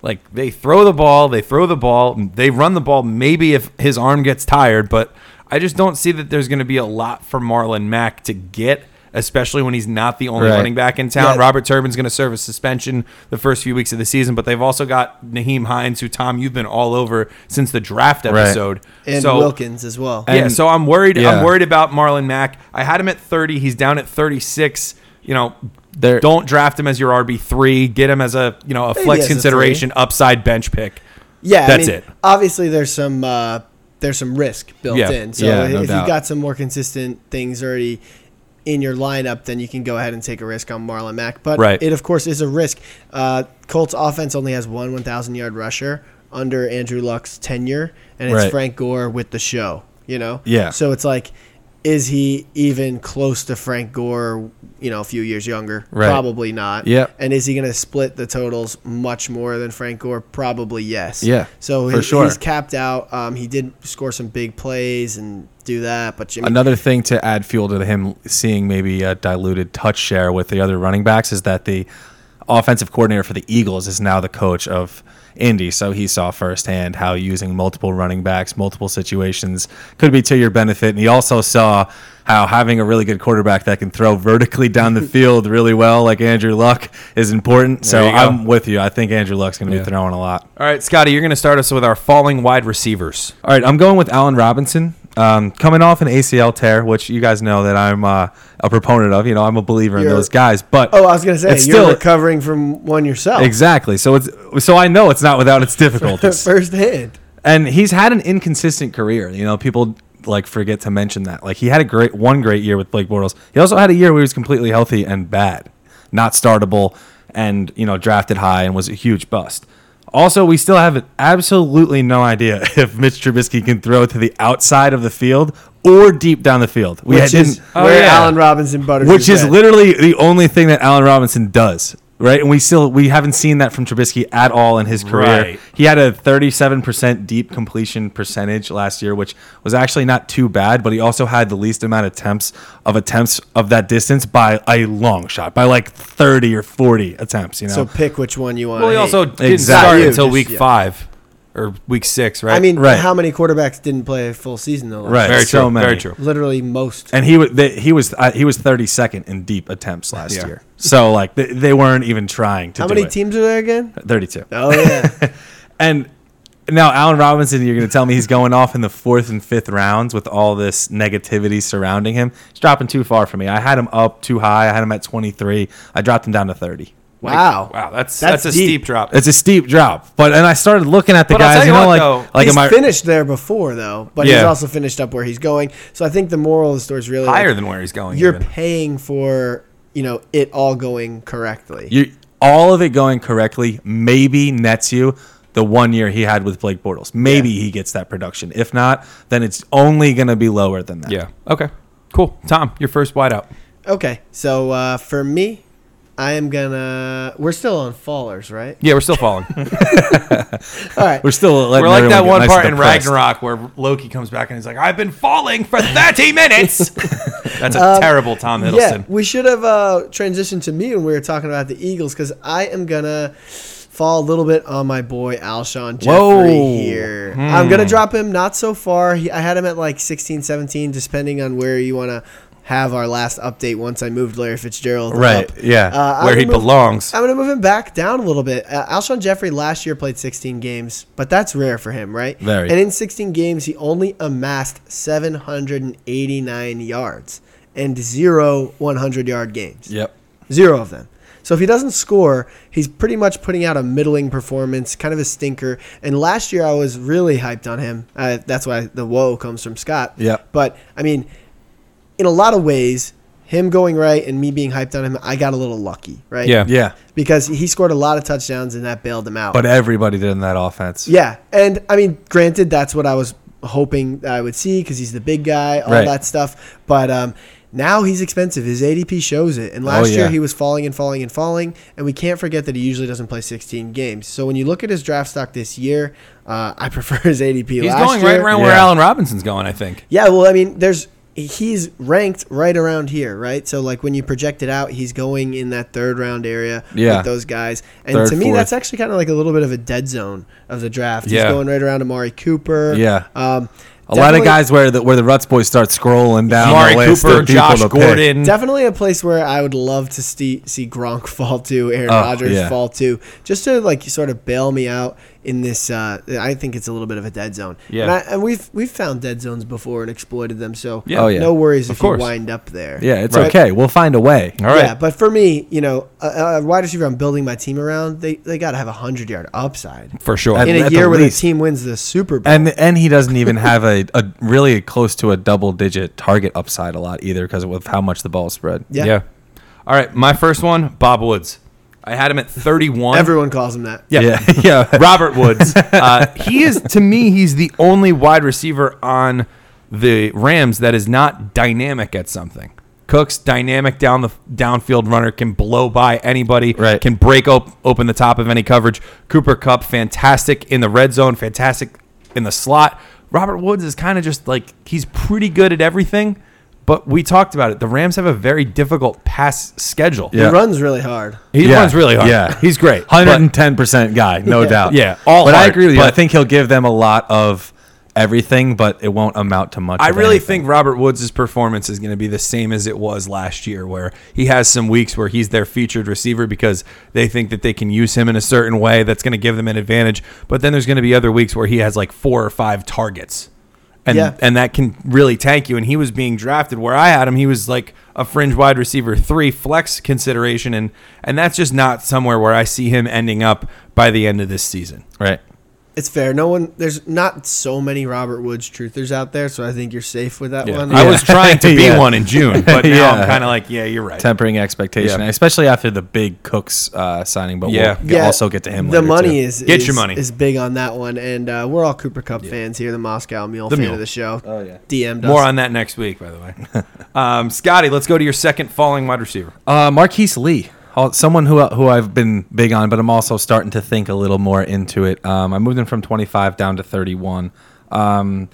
Like they throw the ball, they throw the ball, they run the ball. Maybe if his arm gets tired, but I just don't see that there's going to be a lot for Marlon Mack to get, especially when he's not the only Right. running back in town. Yeah. Robert Turbin's going to serve a suspension the first few weeks of the season, but they've also got Naheem Hines, who Tom you've been all over since the draft Right. episode. and so, Wilkins as well. yeah, And- so I'm worried. yeah. I'm worried about Marlon Mack. I had him at 30. He's down at 36. You know, There- don't draft him as your RB three. Get him as a you know a as flex a consideration, upside bench pick. Yeah, That's I mean, it. Obviously, there's some uh, there's some risk built Yeah. in. So Yeah, if no you've doubt. got some more consistent things already in your lineup, then you can go ahead and take a risk on Marlon Mack. But Right. it, of course, is a risk. Uh, Colts offense only has one 1,000 yard rusher under Andrew Luck's tenure, and it's Right. Frank Gore with the show. You know. Yeah. So it's like. Is he even close to Frank Gore? You know, a few years younger, Right. probably not. Yep. And is he going to split the totals much more than Frank Gore? Probably yes. Yeah, So for he- sure. he's capped out. Um, he did score some big plays and do that, but Jimmy, Another thing to add fuel to him seeing maybe a diluted touch share with the other running backs is that the offensive coordinator for the Eagles, is now the coach of Indy. So he saw firsthand how using multiple running backs, multiple situations could be to your benefit. And he also saw how having a really good quarterback that can throw vertically down the field really well, like Andrew Luck, is important. So There you go. I'm with you. I think Andrew Luck's going to be throwing a lot. All right, Scotty, you're going to start us with our falling wide receivers. All right, I'm going with Allen Robinson. Um, coming off an ACL tear, which you guys know that I'm uh, a proponent of. You know, I'm a believer in You're- those guys. But Oh, I was gonna say it's you're still recovering from one yourself exactly. So it's so I know it's not without its difficulties. firsthand. and he's had an inconsistent career. You know, people like forget to mention that. Like he had a great one great year with Blake Bortles. He also had a year where he was completely healthy and bad, not startable, and you know drafted high and was a huge bust. Also, we still have absolutely no idea if Mitch Trubisky can throw to the outside of the field or deep down the field. We Which didn't, is where Oh, yeah. Allen Robinson butters. which his is bread. literally the only thing that Allen Robinson does, right? And we still we haven't seen that from Trubisky at all in his career. Right. He had a 37% deep completion percentage last year, which was actually not too bad, but he also had the least amount of attempts of attempts of that distance by a long shot, by like 30 or 40 attempts, you know. So pick which one you want. Well, he also didn't Exactly. start You until just- week yeah. five or week six, right? I mean, Right. how many quarterbacks didn't play a full season though? Right. very so true. many. Very true. Literally most. and he was they, he was uh, he was 32nd in deep attempts last Yeah. year. So like they, they weren't even trying to How do many it. teams are there again? 32. Oh yeah. And now Allen Robinson, you're going to tell me he's going off in the fourth and fifth rounds with all this negativity surrounding him. He's dropping too far for me. I had him up too high. I had him at 23. I dropped him down to 30. wow. Wow, that's that's, That's a deep. steep drop. It's a steep drop, but and I started looking at the But I'll tell guys. you You, know, what, like though, like he's am I finished there before though, but he's Yeah. also finished up where he's going. So I think the moral of the story is really like, Higher than where he's going. you're even. paying for you know it all going correctly. you all of it going correctly? Maybe nets you the one year he had with Blake Bortles. Maybe he gets that production. If not, then it's only going to be lower than that. Yeah. Okay. Cool. Tom, your first wideout. Okay, so uh, for me, I am gonna. We're still on fallers, right? Yeah, we're still falling. All right. We're still letting we're like that everyone get one nice part and in depressed. Ragnarok where Loki comes back and he's like, "I've been falling for 30 minutes." that's a terrible Tom Um, Yeah, Hiddleston. we should have uh, transitioned to me when we were talking about the Eagles because I am gonna fall a little bit on my boy Alshon Jeffrey Whoa. Hmm. here. I'm gonna drop him not so far. He, I had him at like 16, 17, just depending on where you wanna have our last update. Once I moved Larry Fitzgerald, Right. up. Yeah. Uh, I'm where he gonna move- belongs. I'm going to move him back down a little bit. Uh, Alshon Jeffrey last year played 16 games, but that's rare for him, right? Very. And in 16 games, he only amassed 789 yards and zero 100 yard games. Yep. Zero of them. So if he doesn't score, he's pretty much putting out a middling performance, kind of a stinker. And last year I was really hyped on him. Uh, that's why the whoa comes from Scott. Yep. But I mean, in a lot of ways, him going right and me being hyped on him, I got a little lucky, right? Yeah. Yeah. because he scored a lot of touchdowns and that bailed him out. But everybody did in that offense. yeah, and I mean, granted, that's what I was hoping that I would see because he's the big guy, all Right. that stuff. But um, now he's expensive. His ADP shows it. And last Oh, year yeah. he was falling and falling and falling. And we can't forget that he usually doesn't play 16 games. So when you look at his draft stock this year, uh, I prefer his ADP. He's last going year. right around where Yeah. Allen Robinson's going, I think. Yeah, well, I mean, there's he's ranked right around here, right? So like when you project it out, he's going in that third round area Yeah. with those guys. And Third, to me, fourth. that's actually kind of like a little bit of a dead zone of the draft. Yeah. He's going right around Amari Cooper. Yeah. Um, A lot of definitely- guys where the where the Ruts boys start scrolling down Amari the list Cooper, of people Josh to pick. Gordon. Definitely a place where I would love to see, see Gronk fall to, Aaron Oh, Rodgers yeah. fall to, just to like sort of bail me out in this. Uh, I think it's a little bit of a dead zone. Yeah. and, I, and we've we've found dead zones before and exploited them, so Yeah. Oh, yeah. no worries Of if course. you wind up there. Yeah, it's Right. okay. We'll find a way. All right. Yeah, but for me, you know, a, a wide receiver I'm building my team around, they, they got to have a 100 yard upside. for sure. And- In a at the year where least. the team wins the Super Bowl. And and he doesn't even have a, a really close to a double digit target upside a lot either because of how much the ball spread. yeah. Yeah. All right. My first one, Bob Woods. I had him at 31. Everyone calls him that. yeah. Yeah. yeah. Robert Woods. Uh, he is, to me, he's the only wide receiver on the Rams that is not dynamic at something. Cook's dynamic down the downfield runner can blow by anybody. Right. Can break op- open the top of any coverage. Cooper Cup, fantastic in the red zone, fantastic in the slot. Robert Woods is kind of just like he's pretty good at everything, But we talked about it. The Rams have a very difficult pass schedule. Yeah. He runs really hard. He Yeah. runs really hard. Yeah. He's great. Hundred But- and ten percent guy, no Yeah. doubt. Yeah, all but I hard, agree with you. I but- think he'll give them a lot of everything, but it won't amount to much. I of really anything. think Robert Woods' performance is going to be the same as it was last year, where he has some weeks where he's their featured receiver because they think that they can use him in a certain way that's going to give them an advantage. But then there's going to be other weeks where he has like four or five targets. And, Yeah. and that can really tank you. And he was being drafted where I had him. He was like a fringe wide receiver three flex consideration. And, and that's just not somewhere where I see him ending up by the end of this season. right. It's fair. No one. There's not so many Robert Woods truthers out there, so I think you're safe with that one. I was trying to be Yeah. one in June, but now Yeah. I'm kind of like, yeah, you're right. Tempering expectation, Yeah. especially after the big Cooks uh, signing. But Yeah. we'll also get to him. The later, money too. is Get is- your money. is big on that one, and uh, we're all Cooper Cup fans here. The Moscow Mule fan Mule. of the show. Oh, yeah. DM More on that next week, by the way. um, Scotty, let's go to your second falling wide receiver. Uh, Marquise Lee, Al- someone who uh, who I've been big on, but I'm also starting to think a little more into it. Um, I moved him from 25 down to 31. Um,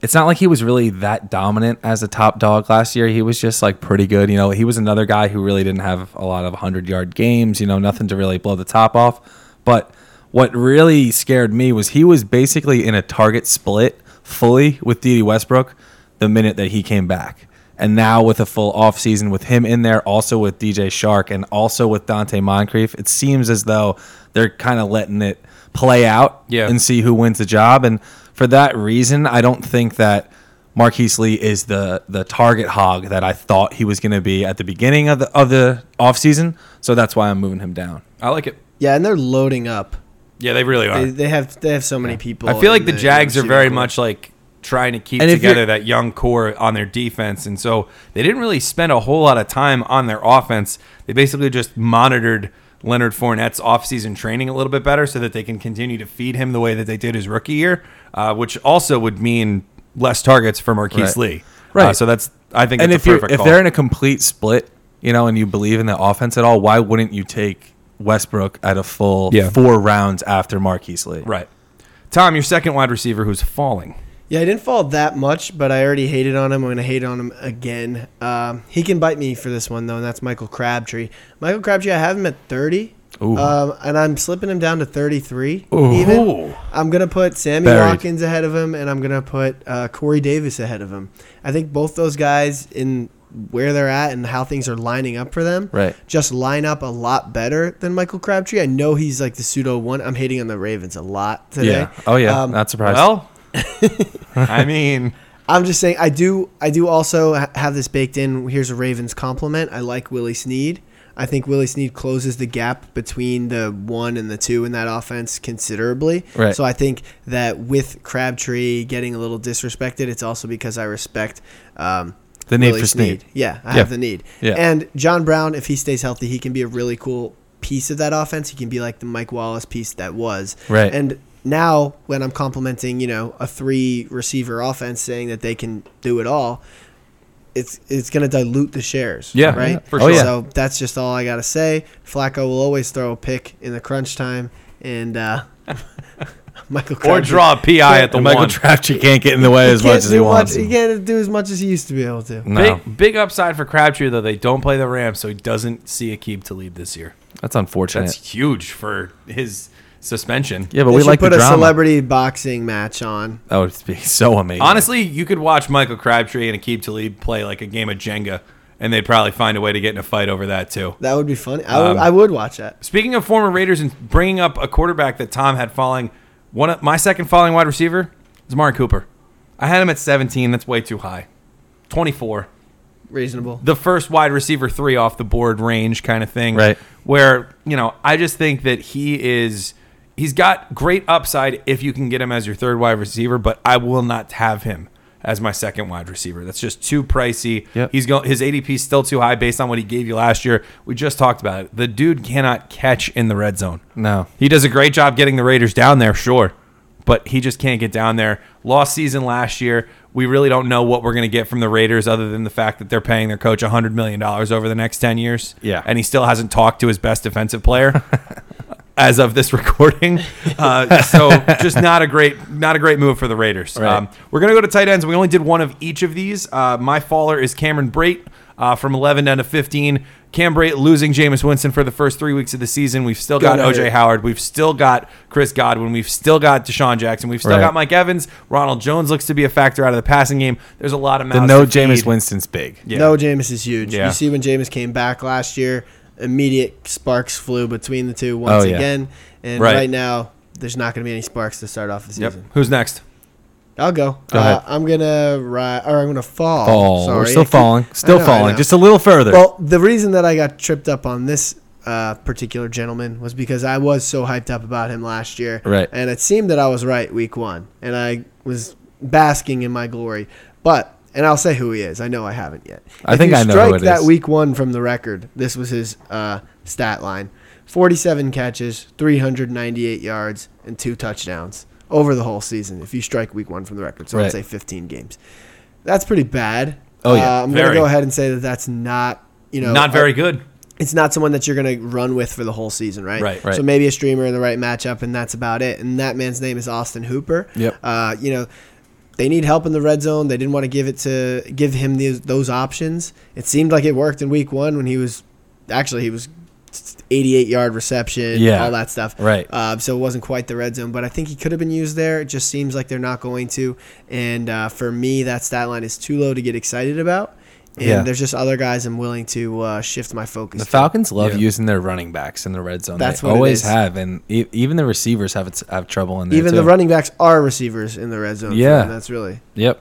it's not like he was really that dominant as a top dog last year. He was just like pretty good. You know, he was another guy who really didn't have a lot of 100 yard games, you know, nothing to really blow the top off. But what really scared me was he was basically in a target split fully with Dede Westbrook the minute that he came back. And now with a full offseason with him in there, also with DJ Shark and also with Dante Moncrief, it seems as though they're kind of letting it play out Yeah. and see who wins the job. And for that reason, I don't think that Marquise Lee is the the target hog that I thought he was going to be at the beginning of the of the offseason. So that's why I'm moving him down. I like it. Yeah, and they're loading up. Yeah, they really are. They, they have they have so many people. I feel like in the Jags are receiver very core. much like trying to keep And if together you're- that young core on their defense. And so they didn't really spend a whole lot of time on their offense. They basically just monitored Leonard Fournette's offseason training a little bit better so that they can continue to feed him the way that they did his rookie year, uh, which also would mean less targets for Marquise Right. Lee. Right. Uh, so that's, I think, and that's if a you perfect if call. they're in a complete split, you know, and you believe in the offense at all, why wouldn't you take Westbrook at a full Yeah. four rounds after Marquise Lee? Right. Tom, your second wide receiver who's falling. Yeah, I didn't fall that much, but I already hated on him. I'm gonna hate on him again. Um, he can bite me for this one though, and that's Michael Crabtree. Michael Crabtree, I have him at 30, Ooh. um, and I'm slipping him down to 33. Ooh. Even I'm gonna put Sammy Buried. Watkins ahead of him, and I'm gonna put uh, Corey Davis ahead of him. I think both those guys in where they're at and how things are lining up for them Right. just line up a lot better than Michael Crabtree. I know he's like the pseudo one. I'm hating on the Ravens a lot today. Yeah. Oh yeah. Um, Not surprised. Well, I mean, I'm just saying I do I do also ha- have this baked in. Here's a Ravens compliment. I like Willie Snead. I think Willie Snead closes the gap between the one and the two in that offense considerably. Right. So I think that with Crabtree getting a little disrespected, it's also because I respect um, The need for Snead. Yeah, I Yeah. have the need. Yeah. And John Brown, if he stays healthy, he can be a really cool piece of that offense. He can be like the Mike Wallace piece that was. Right. And and now, when I'm complimenting, you know, a three receiver offense, saying that they can do it all, it's it's going to dilute the shares. Yeah, right. yeah, for Oh, sure. yeah. So that's just all I gotta say. Flacco will always throw a pick in the crunch time, and uh, Michael or Crabtree- draw a PI at the And Michael one. Crabtree can't get in the way as Can't much as he do wants. Much, he can't do as much as he used to be able to. no, Big, big upside for Crabtree, though. They don't play the Rams, so he doesn't see Akib to lead this year. that's unfortunate. That's huge for his suspension. yeah, but They we should like put the a drama. celebrity boxing match on. That would be so amazing. Honestly, you could watch Michael Crabtree and Akib Talib play like a game of Jenga, and they'd probably find a way to get in a fight over that, too. That would be funny. I Um, would- I would watch that. Speaking of former Raiders and bringing up a quarterback that Tom had falling, one of my second falling wide receiver is Amari Cooper. I had him at 17. That's way too high. 24. Reasonable. the first wide receiver three off the board range kind of thing. Right. Where, you know, I just think that he is he's got great upside if you can get him as your third wide receiver, but I will not have him as my second wide receiver. That's just too pricey. Yep. He's going his ADP is still too high based on what he gave you last year. We just talked about it. The dude cannot catch in the red zone. No. He does a great job getting the Raiders down there, sure, but he just can't get down there. Lost season last year. We really don't know what we're going to get from the Raiders other than the fact that they're paying their coach $100 million over the next 10 years. Yeah. And he still hasn't talked to his best defensive player. as of this recording. Uh, so just not a great, not a great move for the Raiders. Um, we're gonna go to tight ends. We only did one of each of these. Uh, my faller is Cameron Brate uh, from 11 down to 15. Cam Brate losing Jameis Winston for the first three weeks of the season. We've still got Got it. OJ Howard. We've still got Chris Godwin. We've still got Deshaun Jackson. We've still Right. got Mike Evans. Ronald Jones looks to be a factor out of the passing game. There's a lot of The mouths no to feed. Jameis Winston's big. Yeah. No, Jameis is huge. Yeah. You see when Jameis came back last year, immediate sparks flew between the two once Oh, yeah. again. And Right. right. now, there's not going to be any sparks to start off the Yep. season. Who's next? I'll go. Go ahead. Uh, I'm gonna ride, or I'm gonna fall. Fall. Oh, Sorry. Oh, We're still falling. I Still know, I falling. know. Just a little further. Well, the reason that I got tripped up on this uh, particular gentleman was because I was so hyped up about him last year. Right. And it seemed that I was right week one, and I was basking in my glory. But and I'll say who he is. I know I haven't yet. I think you I know who Strike it that is. week one from the record. This was his uh, stat line: forty-seven catches, three hundred ninety-eight yards, and two touchdowns over the whole season. If you strike week one from the record, so Right. let's say fifteen games. That's pretty bad. Oh, yeah. Uh, I'm Very. gonna go ahead and say that that's not you know Not a- very good. it's not someone that you're going to run with for the whole season, right? Right, right. So maybe a streamer in the right matchup, and that's about it. And that man's name is Austin Hooper. Yep. Uh, you know, they need help in the red zone. They didn't want to give it to give him these, those options. It seemed like it worked in week one when he was actually he was 88 yard reception, Yeah. all that stuff. Right. Uh, so it wasn't quite the red zone, but I think he could have been used there. It just seems like they're not going to. And uh, for me, that stat line is too low to get excited about. And Yeah. there's just other guys I'm willing to uh, shift my focus. The to. Falcons love Yeah. using their running backs in the red zone. That's they what it always is. have, and e- even the receivers have have trouble in there. Even too. the running backs are receivers in the red zone. for Yeah. them. that's really Yep.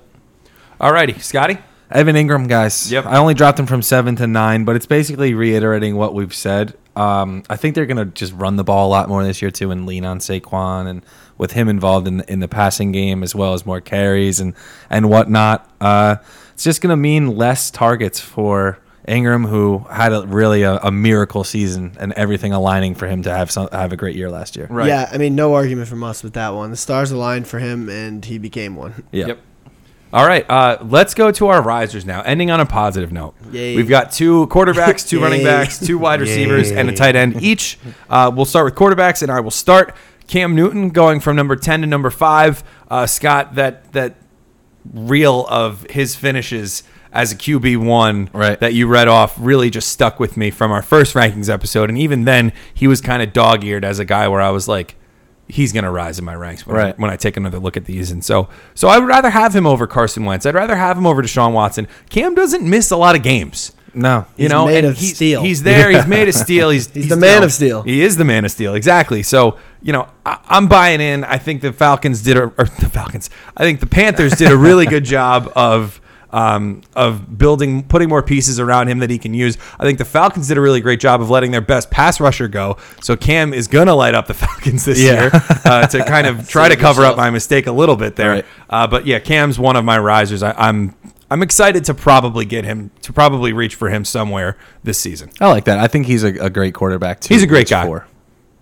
Alrighty, Scotty. Evan Ingram, guys. Yep. I only dropped him from seven to nine, but it's basically reiterating what we've said. Um, I think they're going to just run the ball a lot more this year too, and lean on Saquon and with him involved in in the passing game as well as more carries and and whatnot. Uh, it's just going to mean less targets for Ingram, who had a, really a, a miracle season and everything aligning for him to have some, have a great year last year. Right. yeah. I mean, no argument from us with that one. The stars aligned for him, and he became one. Yeah. Yep. All right, uh, let's go to our risers now. Ending on a positive note, Yay. we've got two quarterbacks, two Yay. running backs, two wide receivers, and a Yay. tight end each. Uh, we'll start with quarterbacks, and I will start Cam Newton going from number ten to number five. Uh, Scott, that that reel of his finishes as a QB one Right. that you read off really just stuck with me from our first rankings episode, and even then he was kind of dog eared as a guy where I was like, he's gonna rise in my ranks when, Right. I, when I take another look at these, and so so I would rather have him over Carson Wentz. I'd rather have him over Deshaun Watson. Cam doesn't miss a lot of games. No. You He's know, made and of he's, steel. He's there. He's made of steel. He's, He's the man of steel. He is the man of steel. Exactly. So you know, I, I'm buying in. I think the Falcons did, a, or the Falcons. I think the Panthers did a really good job of. Um, of building, putting more pieces around him that he can use. I think the Falcons did a really great job of letting their best pass rusher go. So Cam is gonna light up the Falcons this Yeah. year uh, to kind of try to cover up my mistake a little bit there. Right. Uh, but yeah, Cam's one of my risers. I, I'm I'm excited to probably get him to probably reach for him somewhere this season. I like that. I think he's a, a great quarterback too. He's a great Which guy. for-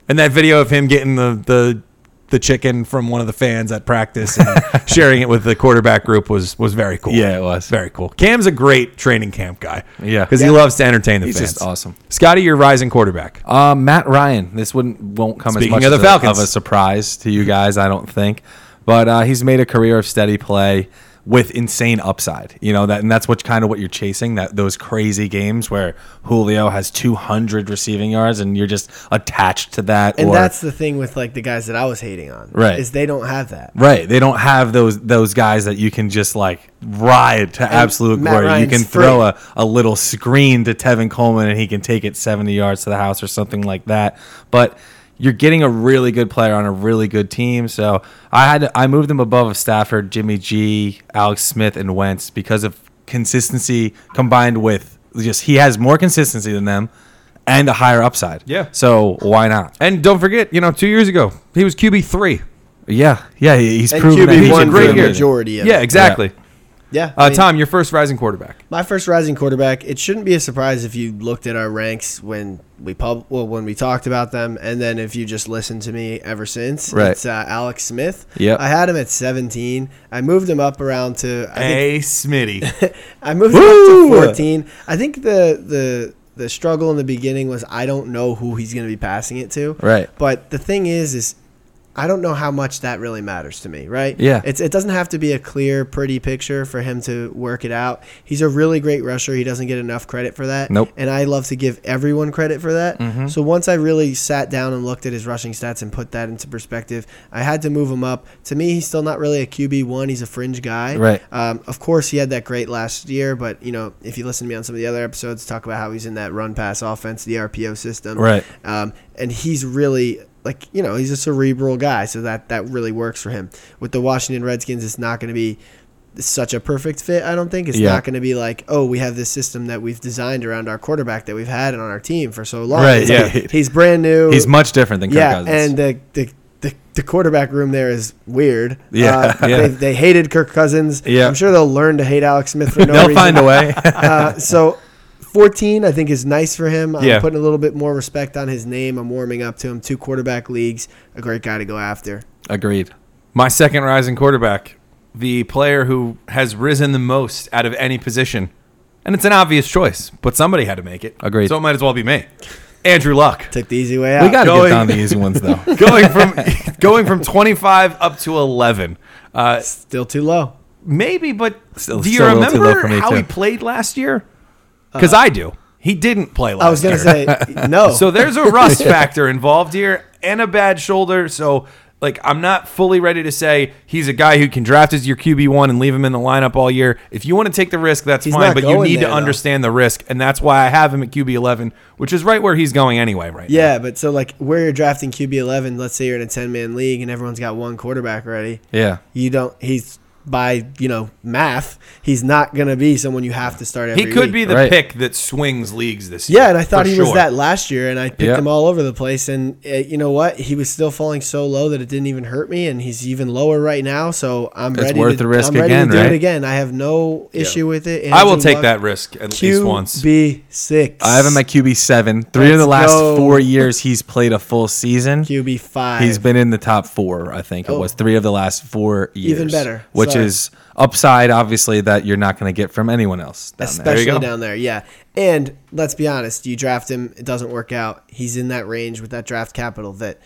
And that video of him getting the the the chicken from one of the fans at practice and sharing it with the quarterback group was was very cool. Yeah, it was. very cool. Cam's a great training camp guy. Yeah. because he loves to entertain the He's fans. just awesome. Scotty, your rising quarterback. Uh, Matt Ryan. This wouldn't won't come Speaking as much of the as Falcons. A, of a surprise to you guys, I don't think. But uh, he's made a career of steady play with insane upside. You know that, and that's what kind of what you're chasing. That those crazy games where Julio has 200 receiving yards, and you're just attached to that. And or, that's the thing with like the guys that I was hating on. Right. Is they don't have that. right. They don't have those those guys that you can just like ride to absolute Matt glory. you Ryan's can free. throw a, a little screen to Tevin Coleman and he can take it 70 yards to the house or something like that. But you're getting a really good player on a really good team. So I had I moved them above Stafford, Jimmy G, Alex Smith, and Wentz because of consistency combined with just he has more consistency than them and a higher upside. Yeah. So why not? And don't forget, you know, two years ago he was QB three. Yeah. Yeah. he- He's And proven that QB he's a one great for the year. majority of Yeah, it. exactly. Yeah. I Uh, mean, Tom, your first rising quarterback. My first rising quarterback. It shouldn't be a surprise if you looked at our ranks when we pub, well, when we talked about them, and then if you just listened to me ever since. Right. It's uh, Alex Smith. Yep. I had him at 17. I moved him up around to I think Hey, Smitty. I moved Woo! him up to 14. I think the the the struggle in the beginning was I don't know who he's going to be passing it to. Right. But the thing is, is I don't know how much that really matters to me, right? Yeah. It's, it doesn't have to be a clear, pretty picture for him to work it out. He's a really great rusher. He doesn't get enough credit for that. Nope. Mm-hmm. And I love to give everyone credit for that. So once I really sat down and looked at his rushing stats and put that into perspective, I had to move him up. To me, he's still not really a QB1. He's a fringe guy. Right. Um, of course, he had that great last year, but, you know, if you listen to me on some of the other episodes, talk about how he's in that run pass offense, the RPO system. Right. Um, and he's really like you know he's a cerebral guy, so that that really works for him. With the Washington Redskins, it's not going to be such a perfect fit. I don't think it's Yeah. not going to be like oh we have this system that we've designed around our quarterback that we've had on our team for so long. It's Right, like, yeah. he's brand new. He's much different than Kirk yeah, Cousins. and the, the the the quarterback room there is weird. Uh, Yeah, yeah. They, they hated Kirk Cousins. Yeah. I'm sure they'll learn to hate Alex Smith for no They'll reason find a way. uh, so 14 i think is nice for him i'm Yeah. putting a little bit more respect on his name i'm warming up to him two quarterback leagues a great guy to go after Agreed. My second rising quarterback, the player who has risen the most out of any position. And it's an obvious choice, but somebody had to make it. Agreed. So it might as well be me. Andrew Luck. took the easy way out We got to Going- get down to the easy ones though. going from going from 25 up to 11. Uh, still too low maybe, but Still- do you still a little too low remember for me, how too. Uh, he played last year? Because I do. He didn't play last year. i was gonna say no So there's a rust factor involved here and a bad shoulder. So like I'm not fully ready to say he's a guy who can draft as your QB one and leave him in the lineup all year. If you want to take the risk, that's He's fine, not but you going need there, to though. understand the risk, and that's why I have him at QB eleven, which is right where he's going anyway, right? now. yeah but so like where you're drafting qb11 let's say you're in a 10-man league and everyone's got one quarterback already Yeah. you don't he's by you know math he's not gonna be someone you have to start every He could week. be the Right. pick that swings leagues this year. Yeah, and I thought for he was sure. that last year, and I picked Yeah. him all over the place. And uh, you know what? He was still falling so low that it didn't even hurt me, and he's even lower right now. So I'm It's ready. worth to, the risk I'm ready again, to do right? it again. I have no issue with it. I will Andrew take Luck, that risk at least once. QB six. I have him at QB seven. 3 of the Let's last go. four years, he's played a full season. QB five. He's been in the top four, I think it Oh. was three of the last four years. Even better. which Sorry. is upside, obviously, that you're not going to get from anyone else. Down there. There you especially go. down there. Yeah, and let's be honest. You draft him, it doesn't work out. He's in that range with that draft capital. That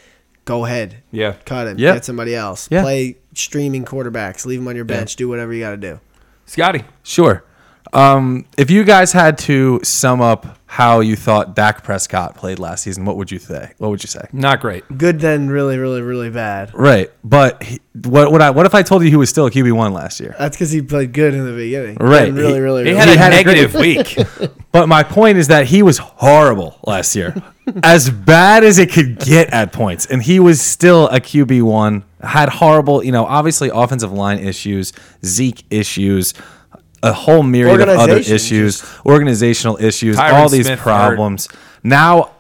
go ahead, Yeah. cut him, Yeah. get somebody else, Yeah. play streaming quarterbacks, leave him on your bench, do whatever you got to do. Scotty. Sure. Um, if you guys had to sum up how you thought Dak Prescott played last season, what would you say? What would you say? Not great. Good then, really, really, really bad. Right, but he, what? What, I, what if I told you he was still a QB one last year? That's because he played good in the beginning. Right. And really, He- really, He really. had He a had a great- negative week. But my point is that he was horrible last year, as bad as it could get at points, and he was still a QB one. Had horrible, you know, obviously offensive line issues, Zeke issues, a whole myriad of other Organization, issues, organizational issues, Tyron all these Smith problems. Now,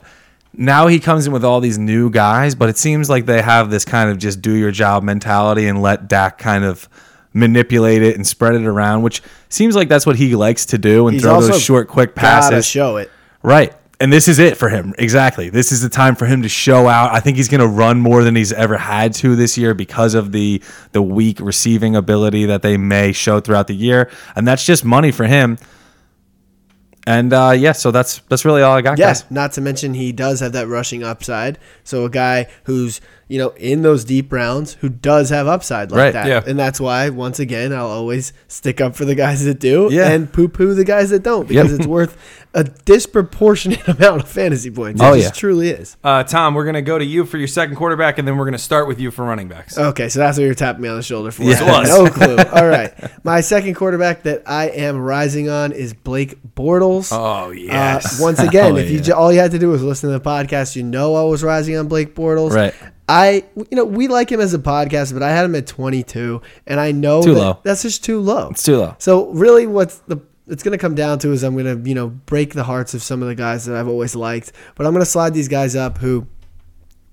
now he comes in with all these new guys, but it seems like they have this kind of just do your job mentality and let Dak kind of manipulate it and spread it around, which seems like that's what he likes to do and He's throw also those short, quick Gotta passes. show it. Right. And this is it for him. Exactly. This is the time for him to show out. I think he's going to run more than he's ever had to this year because of the the weak receiving ability that they may show throughout the year, and that's just money for him. And uh, yeah, so that's that's really all I got, Yes. guys. Not to mention he does have that rushing upside. So a guy who's you know in those deep rounds who does have upside like Right, that, yeah. and that's why once again I'll always stick up for the guys that do Yeah. and poo poo the guys that don't because it's worth a disproportionate amount of fantasy points. It Oh, just yeah. truly is. Uh, Tom, we're going to go to you for your second quarterback, and then we're going to start with you for running backs. Okay, so that's what you're tapping me on the shoulder for. Yes, it was. No clue. All right. My second quarterback that I am rising on is Blake Bortles. oh, yes. Uh, once again, Oh, if you yeah. ju- all you had to do was listen to the podcast, you know I was rising on Blake Bortles. Right. I, you know, we like him as a podcast, but I had him at 22, and I know Too that- low. That's just too low. It's too low. So really, what's the it's going to come down to is I'm going to you know break the hearts of some of the guys that I've always liked, but I'm going to slide these guys up who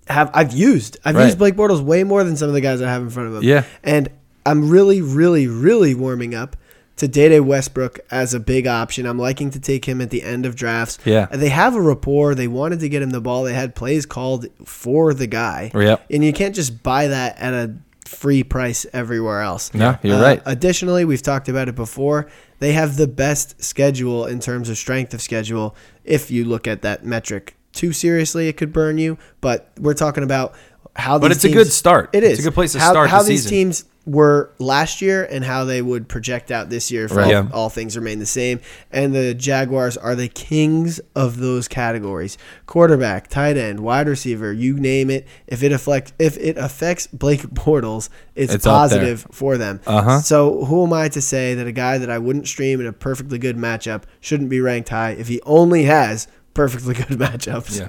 have I've used. I've Right. used Blake Bortles way more than some of the guys I have in front of him. Yeah. And I'm really, really, really warming up to Dede Westbrook as a big option. I'm liking to take him at the end of drafts. Yeah. They have a rapport. They wanted to get him the ball. They had plays called for the guy. Yep. And you can't just buy that at a free price everywhere else. No, you're right. Uh, Additionally, we've talked about it before. They have the best schedule in terms of strength of schedule if you look at that metric. Too seriously, it could burn you, but we're talking about how But these it's a teams- good start. It is. It's a good place to how, start How the these season. teams were last year and how they would project out this year for Right. all, Yeah. all things remain the same. And the Jaguars are the kings of those categories. Quarterback, tight end, wide receiver, you name it. If it affect if it affects Blake Bortles, it's, It's up there. positive for them. Uh-huh. So who am I to say that a guy that I wouldn't stream in a perfectly good matchup shouldn't be ranked high if he only has perfectly good matchups? Yeah.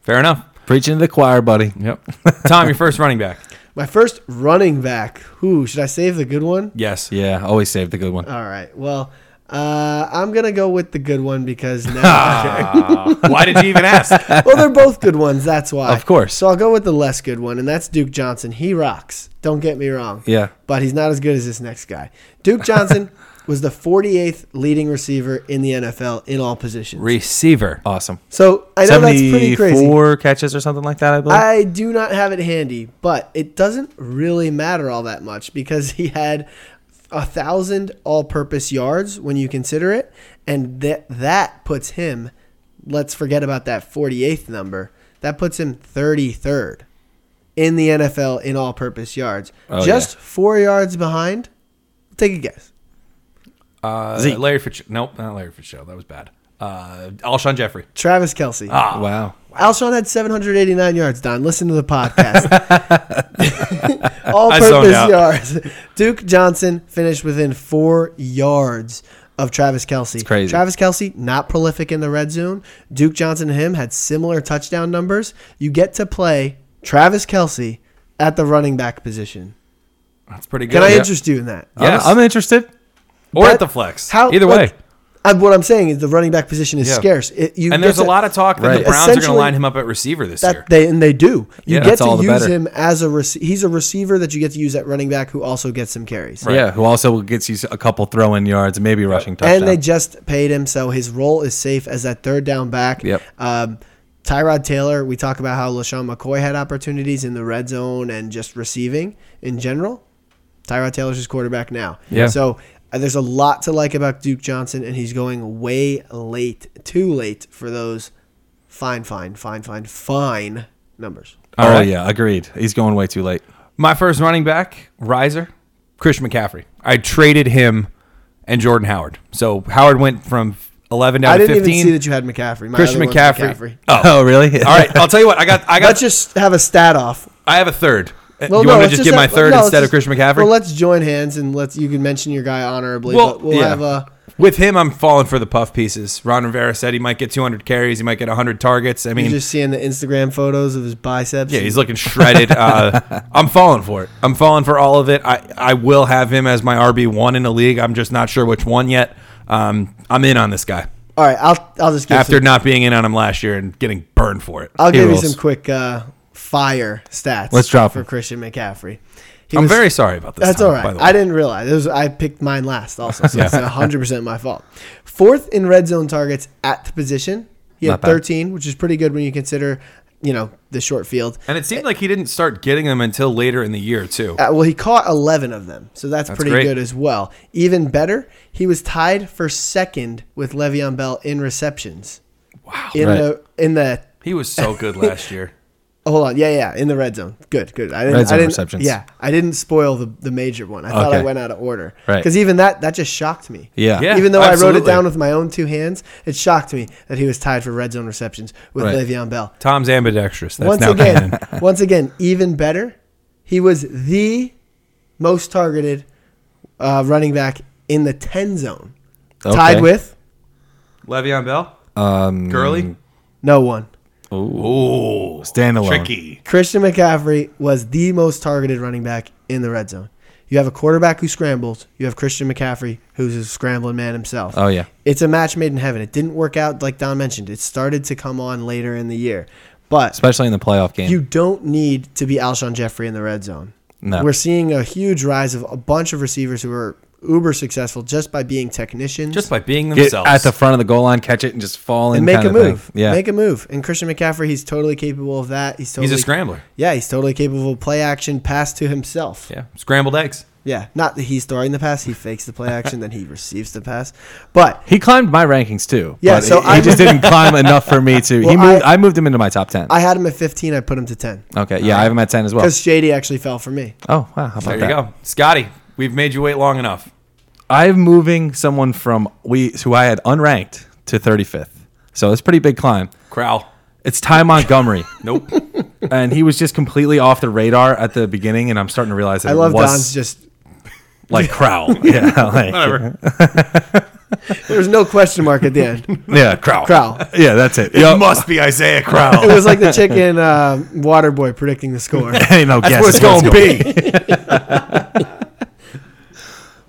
Fair enough. Preaching to the choir, buddy. Yep. Tom, your first running back. My first running back. Who should I save the good one? Yes. Yeah, always save the good one. All right. Well, uh, I'm gonna go with the good one because now. Why did you even ask? well, they're both good ones. That's why. Of course. So I'll go with the less good one, and that's Duke Johnson. He rocks. Don't get me wrong. Yeah. But he's not as good as this next guy. Duke Johnson was the 48th leading receiver in the NFL in all positions. Receiver. Awesome. so I know that's pretty crazy. Seventy-four catches or something like that, I believe. I do not have it handy, but it doesn't really matter all that much because he had a thousand all-purpose yards when you consider it, and that that puts him. Let's forget about that 48th number. That puts him 33rd in the NFL in all-purpose yards, Oh, just four yards behind. Take a guess. Uh, Zeke. Larry Fitzgerald. Nope, not Larry Fitzgerald. That was bad. Uh, Alshon Jeffrey. Travis Kelsey. Ah. wow. Alshon had 789 yards, Don. Listen to the podcast. All I zoned purpose out. yards. Duke Johnson finished within four yards of Travis Kelsey. crazy. Travis Kelsey, not prolific in the red zone. Duke Johnson and him had similar touchdown numbers. You get to play Travis Kelsey at the running back position. That's pretty good. Can I Yeah. interest you in that? Yes. I'm, I'm interested. or But at the flex. How, Either like, way. I- what I'm saying is the running back position is Yeah. scarce. It, you And get there's a to- lot of talk that Right. the Browns are going to Essentially- line him up at receiver this year. That they and they do. You Yeah, get that's to all the use better. him as a rec- he's a receiver that you get to use at running back who also gets some carries. Right. Yeah, who also gets you a couple throw-in yards and maybe a rushing touchdown. And they just paid him, so his role is safe as that third down back. Yep. Um, Tyrod Taylor, we talk about how LaShawn McCoy had opportunities in the red zone and just receiving in general. Tyrod Taylor's his quarterback now. Yeah. So uh, there's a lot to like about Duke Johnson, and he's going way late, too late for those fine, fine, fine, fine, fine numbers. All oh right. yeah, agreed. He's going way too late. My first running back, riser, Christian McCaffrey. I traded him and Jordan Howard. So Howard went from 11 down I to didn't 15. even see that you had McCaffrey. My Christian other one's McCaffrey. Oh, really? All right, I'll tell you what. I got I got Let's just have a stat off. I have a third. Well, you want no, me to let's just give my have- third no, let's instead of just- Christian McCaffrey? Well, let's join hands and let's. You can mention your guy honorably, Well, but we'll yeah. have uh, a. With him, I'm falling for the puff pieces. Ron Rivera said he might get 200 carries, he might get 100 targets. I mean, You're just seeing the Instagram photos of his biceps. yeah, he's looking shredded. Uh, I'm falling for it. I'm falling for all of it. I, I will have him as my RB1 in the league. I'm just not sure which one yet. Um, I'm in on this guy All right, I'll I'll just give after some, not being in on him last year and getting burned for it. I'll he give rules. you some quick uh, fire stats. Let's drop for him. Christian McCaffrey. He I'm was- very sorry about this. That's Tom, all by right. the way. I didn't realize it was. I picked mine last also, so it's 100 percent my fault. Fourth in red zone targets at the position. He had Not bad. 13, which is pretty good when you consider, you know, the short field. and it seemed like he didn't start getting them until later in the year, too. Uh, well, he caught 11 of them, so that's, pretty great. good as well. Even better, he was tied for second with Le'Veon Bell in receptions. Wow! In Right. the in the He was so good last year. oh, hold on, yeah, yeah, in the red zone. Good, good. I didn't, Red zone I didn't, receptions. Yeah, I didn't spoil the, the major one. I thought I Okay. went out of order. Right. Because even that that just shocked me. Yeah. Yeah. Even though I wrote it absolutely. down with my own two hands, it shocked me that he was tied for red zone receptions with Right. Le'Veon Bell. Tom's ambidextrous. That's once now canon. again, once again, even better, he was the most targeted uh, running back in the ten zone, Okay. tied with Le'Veon Bell? Um, Gurley? no one. Ooh. Standalone. Tricky. Christian McCaffrey was the most targeted running back in the red zone. You have a quarterback who scrambles. You have Christian McCaffrey, who's a scrambling man himself. Oh, yeah. it's a match made in heaven. It didn't work out like Don mentioned. It started to come on later in the year, but Especially in the playoff game. You don't need to be Alshon Jeffrey in the red zone. No. We're seeing a huge rise of a bunch of receivers who are uber successful just by being technicians. Just by being Get themselves. at the front of the goal line, catch it, and just fall in. and make kind a of thing. move. Yeah. Make a move. And Christian McCaffrey, he's totally capable of that. He's totally He's a scrambler. Yeah, he's totally capable of play action pass to himself. Yeah. Scrambled eggs. Yeah, not that he's throwing the pass. He fakes the play action, then he receives the pass. But He climbed my rankings too. Yeah, but so he, I- he just didn't climb enough for me to. he Well, moved. I- I, moved him into my top ten. I had him at 15. I put him to 10 okay, yeah, I have him at ten as well. because Shady actually fell for me. Oh wow, how about There that? you go, Scotty. We've made you wait long enough. I'm moving someone from we who I had unranked to 35th. So it's a pretty big climb. Crowl. It's Ty Montgomery, Nope. and he was just completely off the radar at the beginning, and I'm starting to realize that I love it was Don's just. like Crowl. yeah, like, Whatever. There's no question mark at the end. Yeah, Crowl. Crowl. Yeah, that's it. It must be Isaiah Crowell. It was like the chicken uh, water boy predicting the score. Ain't no That's guess. what it's Let's going to go. be.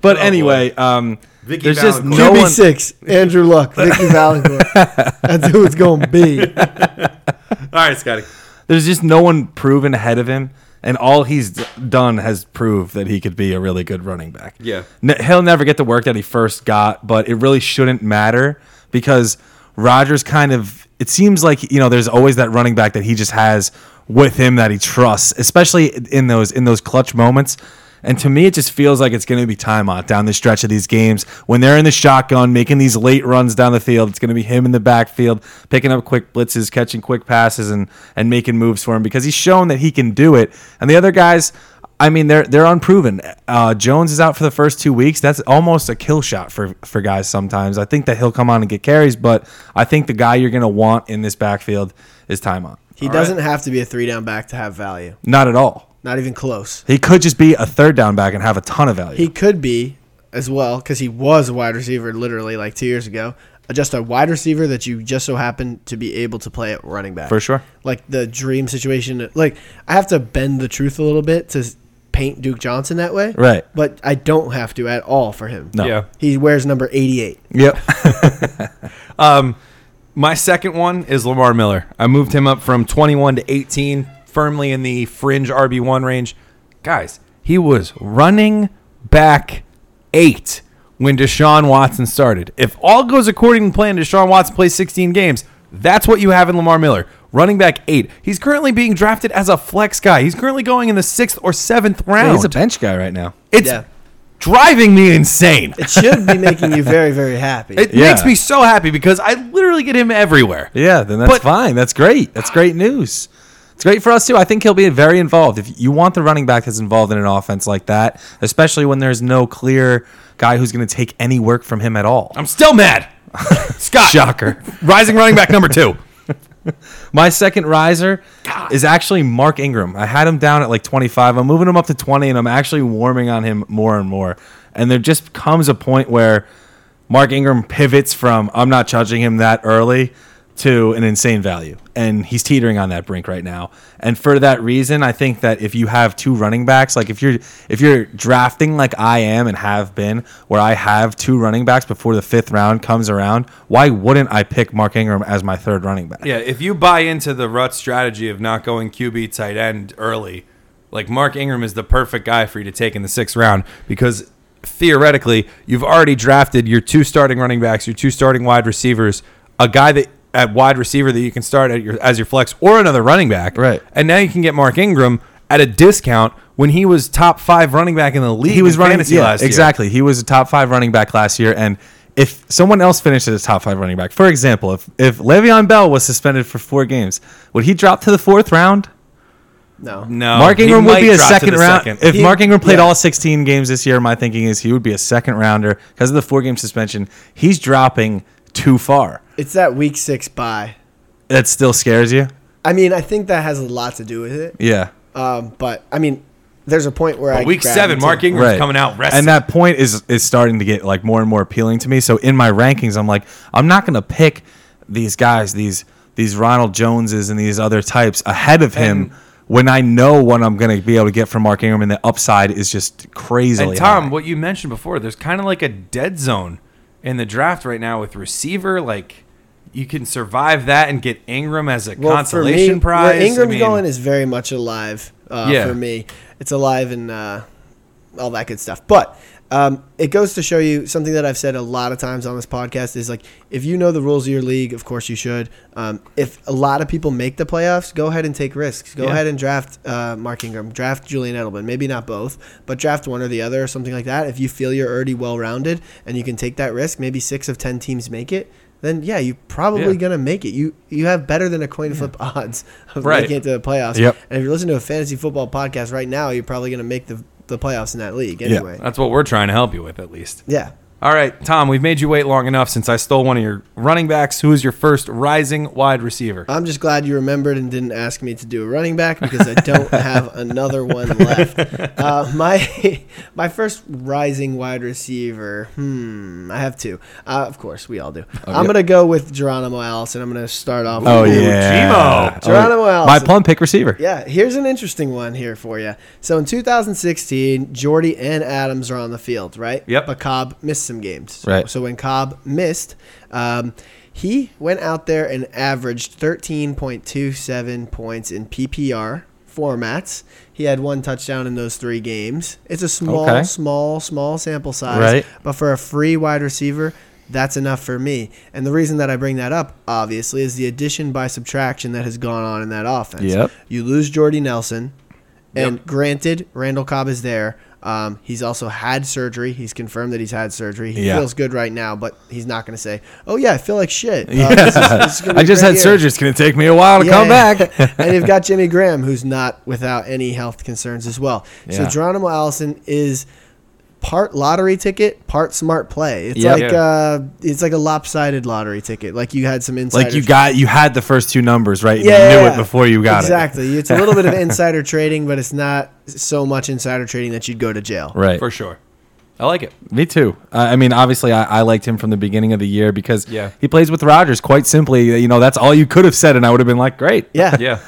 But Oh, anyway, um, Vicky there's just Valancourt. no one. QB6, Andrew Luck, Vicky Valancourt. That's who it's going to be. All right, Scotty. There's just no one proven ahead of him, and all he's d- done has proved that he could be a really good running back. Yeah. N- he'll never get the work that he first got, but it really shouldn't matter because Rodgers kind of. It seems like you know there's always that running back that he just has with him that he trusts, especially in those in those clutch moments. And to me, it just feels like it's going to be Tymont down the stretch of these games. When they're in the shotgun, making these late runs down the field, it's going to be him in the backfield, picking up quick blitzes, catching quick passes, and and making moves for him because he's shown that he can do it. And the other guys, I mean, they're they're unproven. Uh, Jones is out for the first two weeks. That's almost a kill shot for for guys. Sometimes I think that he'll come on and get carries, but I think the guy you're going to want in this backfield is Tymont. He doesn't have to be a three down back to have value. Not at all. Not even close. He could just be a third down back and have a ton of value. He could be as well because he was a wide receiver literally like two years ago. uh, Just a wide receiver that you just so happen to be able to play at running back. For sure. Like the dream situation. Like I have to bend the truth a little bit to s- paint Duke Johnson that way. Right. But I don't have to at all for him. No. Yeah. He wears number 88. Yep. My second one is Lamar Miller. I moved him up from 21 to 18, firmly in the fringe RB1 range. Guys, he was running back eight when Deshaun Watson started. If all goes according to plan, Deshaun Watson plays 16 games. That's what you have in Lamar Miller. Running back eight. He's currently being drafted as a flex guy. He's currently going in the sixth or seventh round. He's a bench guy right now. it's Yeah. driving me insane. It should be making you very, very happy. It Yeah. makes me so happy because I literally get him everywhere. Yeah, then that's But- fine. That's great. That's great news. It's great for us too. I think he'll be very involved. If you want the running back that's involved in an offense like that, especially when there's no clear guy who's going to take any work from him at all. I'm still mad. Scott. Shocker. Rising running back number two. My second riser is actually Mark Ingram. I had him down at like 25. I'm moving him up to 20, and I'm actually warming on him more and more. And there just comes a point where Mark Ingram pivots from I'm not judging him that early to an insane value. And he's teetering on that brink right now. And for that reason, I think that if you have two running backs, like if you're if you're drafting like I am and have been, where I have two running backs before the fifth round comes around, why wouldn't I pick Mark Ingram as my third running back? Yeah, if you buy into the rut strategy of not going QB tight end early, like Mark Ingram is the perfect guy for you to take in the sixth round because theoretically you've already drafted your two starting running backs, your two starting wide receivers, a guy that at wide receiver that you can start at your as your flex or another running back. Right. And now you can get Mark Ingram at a discount when he was top five running back in the league. he was in running fantasy yeah, last year. exactly. He was a top five running back last year, and if someone else finished as a top five running back, for example, if if Le'Veon Bell was suspended for four games, would he drop to the fourth round? no. No, Um, Mark he Ingram would might be a drop to second the round. second. If He- Mark Ingram played yeah. all 16 games this year, my thinking is he would be a second rounder because of the four game suspension. He's dropping too far. It's that week six bye. That still scares you. I mean, I think that has a lot to do with it. Yeah. Um, but I mean, there's a point where I But week grab seven, him, too. Mark Ingram's coming out rested. And that point is is starting to get like more and more appealing to me. So in my rankings, I'm like, I'm not gonna pick these guys, these these Ronald Joneses and these other types ahead of him when I know what I'm gonna be able to get from Mark Ingram and the upside is just crazily. And Tom, high. what you mentioned before, there's kind of like a dead zone in the draft right now with receiver. Like you can survive that and get Ingram as a Well, for consolation me, prize. Where Ingram's I mean, going is very much alive uh, Yeah. for me. It's alive and uh, all that good stuff. But Um, it goes to show you something that I've said a lot of times on this podcast is like, if you know the rules of your league, of course you should. Um, if a lot of people make the playoffs, go ahead and take risks. Go Yeah. ahead and draft uh, Mark Ingram, draft Julian Edelman, maybe not both, but draft one or the other or something like that. If you feel you're already well rounded and you can take that risk, maybe six of 10 teams make it. Then yeah, you're probably Yeah. gonna make it. You you have better than a coin flip odds of Right. making it to the playoffs. Yep. And if you're listening to a fantasy football podcast right now, you're probably gonna make the the playoffs in that league anyway. That's what we're trying to help you with, at least. Yeah. All right, Tom, we've made you wait long enough since I stole one of your running backs. Who is your first rising wide receiver? I'm just glad you remembered and didn't ask me to do a running back because I don't have another one left. Uh, my my first rising wide receiver. Hmm, I have two. Uh, of course, we all do. I'm gonna go with Geronimo Allison. I'm gonna start off. Oh with yeah, Gmo. Oh, Geronimo my Allison. plum pick receiver. Yeah, here's an interesting one here for you. So in 2016, Jordy and Adams are on the field, right? Yep. But Cobb missed some games. Right. So when Cobb missed, um, he went out there and averaged 13.27 points in PPR formats. He had one touchdown in those three games. It's a small, Okay. small, small sample size. Right. But for a free wide receiver, that's enough for me. And the reason that I bring that up, obviously, is the addition by subtraction that has gone on in that offense. Yep. You lose Jordy Nelson, and granted, Randall Cobb is there. Um, he's also had surgery. He's confirmed that he's had surgery. He Yeah. feels good right now, but he's not going to say, "Oh yeah, I feel like shit." Uh, Yeah. this is- this is gonna be I just a great had year." surgery. It's gonna take me a while to Yeah. come back. and you've got Jimmy Graham, who's not without any health concerns as well. So Yeah. Geronimo Allison is part lottery ticket, part smart play. It's Yep. like Yeah. uh, it's like a lopsided lottery ticket. Like you had some insider Like you got, you had the first two numbers right. yeah, you yeah, knew yeah. it before you got exactly. It's a little bit of insider trading, but it's not so much insider trading that you'd go to jail. it. Right. For sure. I like it. Me too. I I mean, obviously, I, I liked him from the beginning of the year because Yeah. he plays with Rodgers. Quite simply, you know, that's all you could have said, and I would have been like, great. Yeah. Yeah.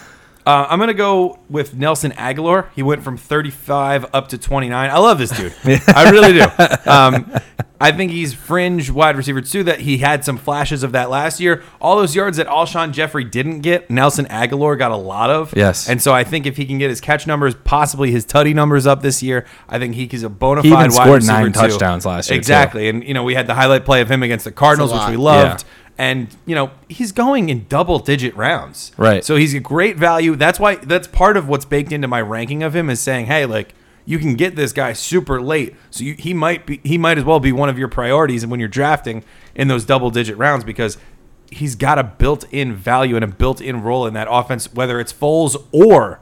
Uh, I'm going to go with Nelson Aguilar. He went from 35 up to 29. I love this dude. I really do. Um, I think he's fringe wide receiver too. That he had some flashes of that last year. All those yards that Alshon Jeffrey didn't get, Nelson Aguilar got a lot of. Yes. And so I think if he can get his catch numbers, possibly his tutty numbers up this year, I think he- he's a bona fide He even wide scored receiver nine too. touchdowns last year, too. Exactly. And you know we had the highlight play of him against the Cardinals, which lot. we loved. And you know he's going in double digit rounds. Right. So he's a great value. That's why that's part of what's baked into my ranking of him is saying, hey, like you can get this guy super late, so you, he might be he might as well be one of your priorities when you're drafting in those double digit rounds because he's got a built in value and a built in role in that offense, whether it's Foles or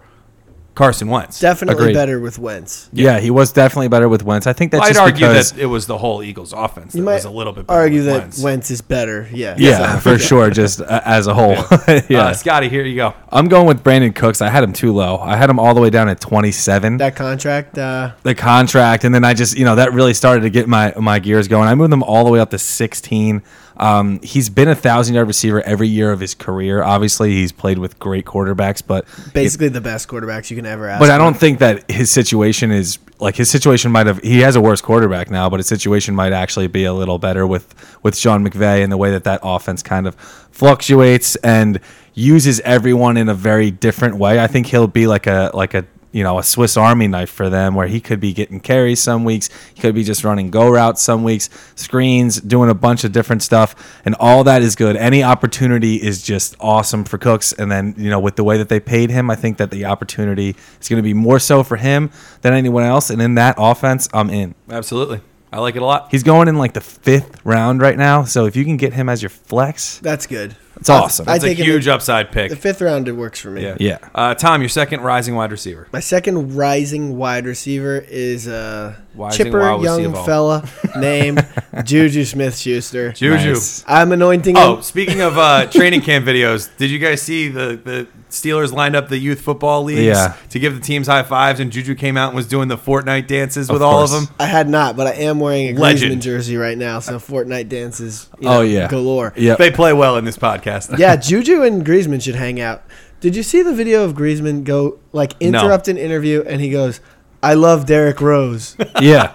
Carson Wentz. Definitely Agreed. better with Wentz. Yeah. he was definitely better with Wentz. I think that's I'd just argue because, that it was the whole Eagles offense that was a little bit better argue with that Wentz. Wentz is better. Yeah. yeah, So- for sure, just uh, as a whole. Yeah, Uh, Scotty, here you go. I'm going with Brandon Cooks. I had him too low. I had him all the way down at 27. That contract. Uh, the contract, and then I just you know that really started to get my my gears going. I moved them all the way up to 16. Um, he's been a thousand yard receiver every year of his career. Obviously, he's played with great quarterbacks, but basically the best quarterbacks you can ever ask. but I don't think that his situation is like his situation might have. He has a worse quarterback now, but his situation might actually be a little better with with Sean McVay and the way that that offense kind of fluctuates and uses everyone in a very different way. I think he'll be like a like a you know a Swiss Army knife for them, where he could be getting carries some weeks, he could be just running go routes some weeks, screens, doing a bunch of different stuff, and all that is good. Any opportunity is just awesome for Cooks, and then you know with the way that they paid him, I think that the opportunity is going to be more so for him than anyone else, and in that offense, I'm in. Absolutely. I like it a lot. He's going in like the fifth round right now, so if you can get him as your flex, That's good. it's awesome. I It's a think in huge the- upside pick. The fifth round it works for me. yeah. Yeah. Uh, Tom, your second rising wide receiver. My second rising wide receiver is a Rising chipper wide young receiver. fella named Juju Smith Schuster. Juju. Nice. I'm anointing Oh, him. speaking of uh, training camp videos, did you guys see the, the Steelers lined up the youth football leagues Yeah. to give the teams high fives? And Juju came out and was doing the Fortnite dances with all course. of them. I had not, but I am wearing a Griezmann Legend. jersey right now, so Fortnite dances. You know, Oh yeah, galore. Yeah, They play well in this podcast. yeah, Juju and Griezmann should hang out. Did you see the video of Griezmann go like No. interrupt an interview and he goes, "I love Derek Rose." yeah.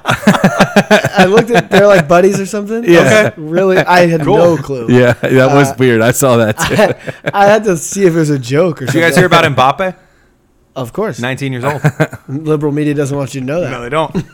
I looked at they're like buddies or something. I was Yeah. like, really, I had Cool. no clue. Yeah, that was Uh, weird. I saw that too. I had to see if it was a joke or Did something. you guys hear about Mbappe? Of course, 19 years old. liberal media doesn't want you to know that. No, they don't.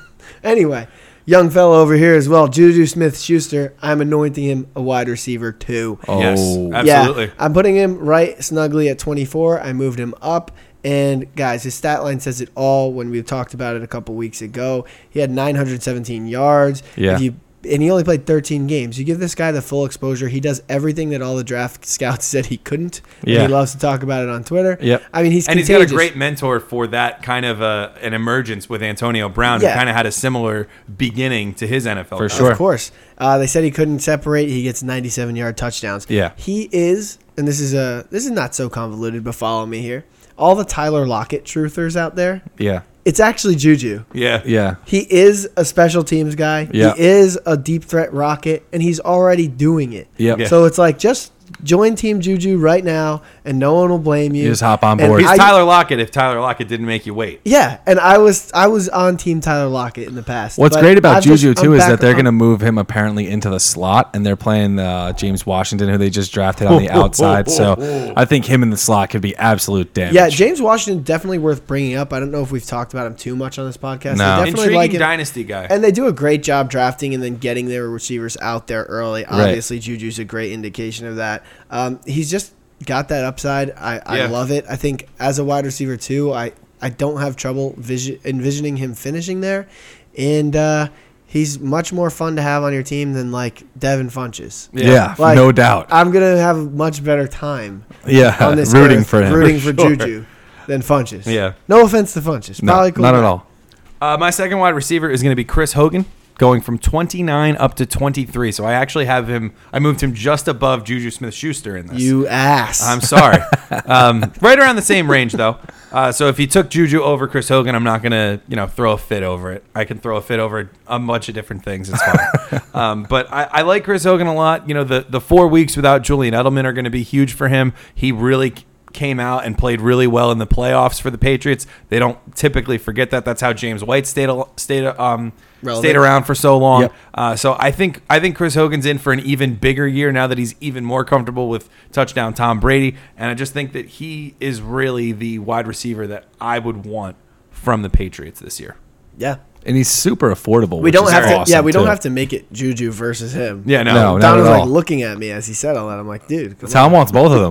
Anyway, young fellow over here as well, Juju Smith Schuster. I'm anointing him a wide receiver too. Oh. Yes, absolutely. Yeah, I'm putting him right snugly at 24. I moved him up. And guys, his stat line says it all when we talked about it a couple weeks ago. He had 917 yards. Yeah. If you, and he only played 13 games. You give this guy the full exposure. He does everything that all the draft scouts said he couldn't. and Yeah. he loves to talk about it on Twitter. Yep. I mean, he's and he's got a contagious. great mentor for that kind of a, an emergence with Antonio Brown, Yeah. who kind of had a similar beginning to his NFL. For career. sure. Of course. Uh, they said he couldn't separate. He gets 97 yard touchdowns. Yeah. He is, and this is a this is not so convoluted, but follow me here. All the Tyler Lockett truthers out there, Yeah. it's actually Juju. Yeah, Yeah. He is a special teams guy. Yeah. He is a deep threat rocket, and he's already doing it. Yep. Yeah. So it's like just join Team Juju right now, and no one will blame you. You just hop on And board. He's I- Tyler Lockett. If Tyler Lockett didn't make you wait, yeah, and I was I was on Team Tyler Lockett in the past. What's but great about I've just- Juju I'm too is back that they're on- going to move him apparently into the slot, and they're playing uh, James Washington, who they just drafted on the outside. So I think him in the slot could be absolute damage. Yeah, James Washington definitely worth bringing up. I don't know if we've talked about him too much on this podcast. No. They definitely intriguing like him. dynasty guy. And they do a great job drafting and then getting their receivers out there early. Obviously, Juju's a great indication of that. Um, he's just got that upside. I, I Yeah. love it. I think as a wide receiver too, I, I don't have trouble vision, envisioning him finishing there, and uh, he's much more fun to have on your team than like Devin Funches. yeah, Like, no doubt. I'm gonna have a much better time yeah, on this rooting earth for him. rooting for sure. Juju than Funches. Yeah. No offense to Funches. no, Probably cool not at guy. all. Uh, my second wide receiver is going to be Chris Hogan, going from 29 up to 23. So I actually have him. I moved him just above Juju Smith-Schuster in this. You ass. I'm sorry. um, right around the same range though. Uh, so if you took Juju over Chris Hogan, I'm not going to you know throw a fit over it. I can throw a fit over a bunch of different things. It's fine. um, but I, I like Chris Hogan a lot. You know the the four weeks without Julian Edelman are going to be huge for him. He really came out and played really well in the playoffs for the Patriots. They don't typically forget that. That's how James White stayed al- stayed um Relevant. stayed around for so long. Yep. Uh, so I think I think Chris Hogan's in for an even bigger year now that he's even more comfortable with touchdown Tom Brady, and I just think that he is really the wide receiver that I would want from the Patriots this year. yeah. And he's super affordable. We don't have to. Awesome yeah, we don't too. have to make it Juju versus him. Yeah, no, No, Don not was at like all. looking at me as he said all that. I'm like, dude, come on. Tom wants both of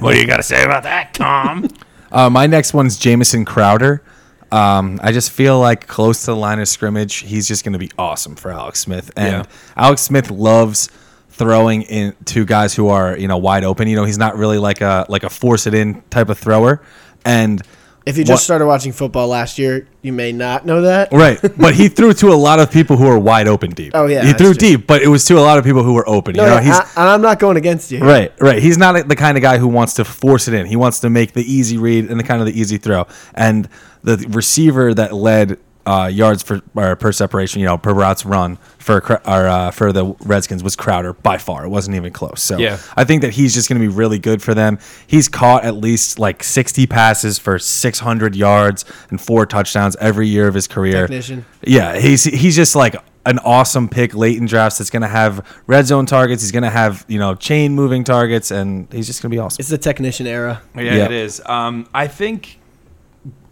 what do you got to say about that, Tom? Uh, my next one's Jamison Crowder. Um, I just feel like close to the line of scrimmage, he's just going to be awesome for Alex Smith. And Alex Smith loves throwing in to guys who are you know wide open. You know he's not really like a like a force it in type of thrower. And if you what- just started watching football last year, you may not know that. Right, but he threw to a lot of people who are wide open deep. Oh, yeah, he that's threw true. deep, but it was to a lot of people who were open. No, you know, yeah, he's I, and I'm not going against you. Right, right. He's not the kind of guy who wants to force it in. He wants to make the easy read and the kind of the easy throw. And the receiver that led uh, yards for or per separation, you know, per routes run for Cr- or, uh, for the Redskins was Crowder by far. It wasn't even close. So Yeah. I think that he's just going to be really good for them. He's caught at least like 60 passes for 600 yards and four touchdowns every year of his career. Technician. Yeah, he's he's just like an awesome pick late in drafts that's going to have red zone targets. He's going to have you know chain moving targets, and he's just going to be awesome. It's the technician era. Yeah, Yeah. it is. Um, I think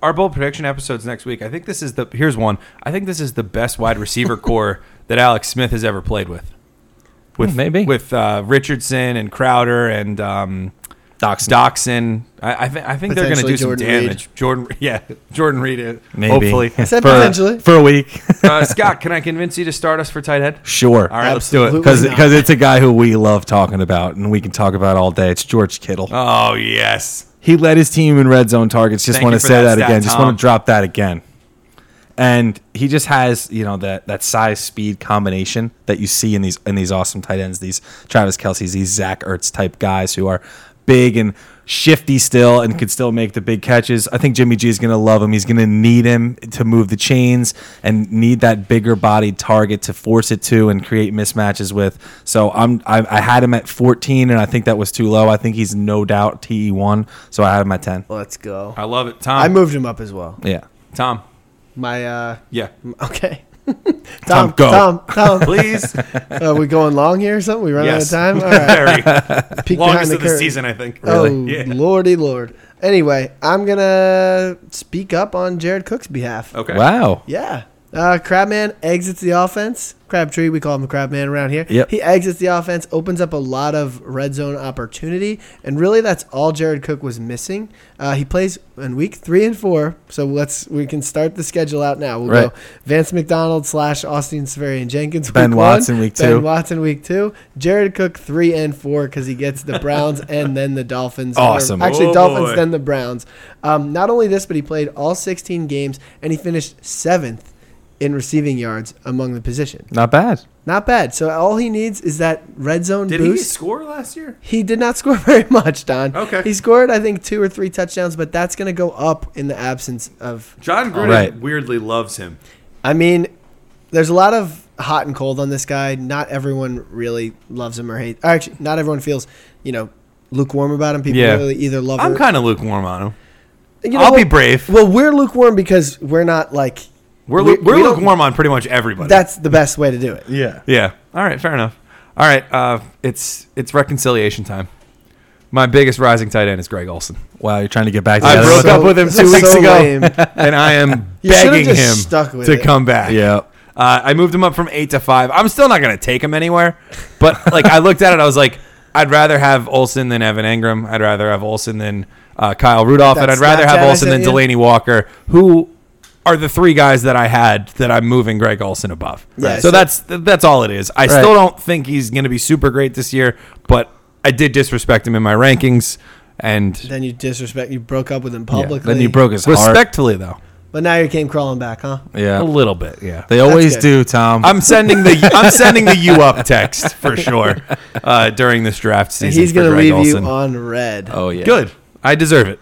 our bold prediction episodes next week. I think this is the here's one. I think this is the best wide receiver core that Alex Smith has ever played with. With Hmm, maybe. with uh, Richardson and Crowder and um, Doxson. Doxson. I, I, th- I think they're going to Potentially do some Jordan Reed. damage. Jordan, yeah, Jordan Reed. uh, Maybe Hopefully, said for, potentially. for a week. uh, Scott, can I convince you to start us for tight head? sure, All right, let's do Absolutely. it. because Why not? because it's a guy who we love talking about, and we can talk about all day. It's George Kittle. Oh yes. He led his team in red zone targets. Just Thank want you to for say that that, stat, again. Just Tom. want to drop that again. And he just has, you know, that that size speed combination that you see in these in these awesome tight ends, these Travis Kelsey's, these Zach Ertz type guys who are big and shifty still and can still make the big catches. I think Jimmy G is gonna love him. He's gonna need him to move the chains and need that bigger bodied target to force it to and create mismatches with. So I'm I, I had him at 14 and I think that was too low. I think he's no doubt TE one, so I had him at 10. Let's go. I love it, Uh, Tom. I moved him up as well. Yeah. Tom. My uh, Yeah. okay. Tom, go. Tom, Tom. Please. Are we going long here or something? We run yes. out of time. All right. Very. Peek behind Longest the of the curtain. season, I think. Oh, Yeah. lordy lord. Anyway, I'm gonna speak up on Jared Cook's behalf. Okay. Wow. Yeah. Uh, Crabman exits the offense. Crabtree, we call him Crabman around here. Yep. He exits the offense, opens up a lot of red zone opportunity, and really that's all Jared Cook was missing. Uh, he plays in week three and four, so let's we can start the schedule out now. We'll Right. go Vance McDonald slash Austin Severian Jenkins. Ben week Watson, one, week two. Ben Watson week two. Jared Cook three and four because he gets the Browns and then the Dolphins. Or- Awesome. Actually, Oh, Dolphins boy. then the Browns. Um, not only this, but he played all 16 games and he finished seventh in receiving yards among the position. Not bad. Not bad. So all he needs is that red zone Did he boost. score last year? He, did not score very much, Don. Okay. He scored, I think, two or three touchdowns, but that's going to go up in the absence of. John Gruden Right. weirdly loves him. I mean, there's a lot of hot and cold on this guy. Not everyone really loves him or hates. or Actually, not everyone feels, you know, lukewarm about him. People Yeah. really either love I'm or kind of lukewarm on him. You know I'll be what? brave. Well, we're lukewarm because we're not like We're, we- lu- we're we don't- lukewarm on pretty much everybody. That's the best way to do it. Yeah. yeah. All right. Fair enough. All right. Uh, it's it's reconciliation time. My biggest rising tight end is Greg Olson, Wow, you're trying to get back I together. broke up with him two weeks ago. and I am You should've begging just him stuck with to it. come back. Yeah. Uh, I moved him up from eight to five. I'm still not going to take him anywhere, but like I looked at it, I was like, I'd rather have Olson than Evan Engram. I'd rather have Olson than uh, Kyle Rudolph, and That I'd rather have Snapchat I Olson than sent you? Delaney Walker, who are the three guys that I had that I'm moving Greg Olson above. Yeah, so so- that's that's all it is. I still don't think he's going to be super great this year, but I did disrespect him in my rankings, and Then you disrespect. You broke up with him publicly. Then you broke his heart. respectfully though, But now you came crawling back, huh? a Yeah. little bit, yeah. They always Oh, good. do, Tom. I'm sending the I'm sending the you up text for sure uh, during this draft season. He's for gonna Greg leave Olsen. you on red. oh yeah. Good, I deserve it.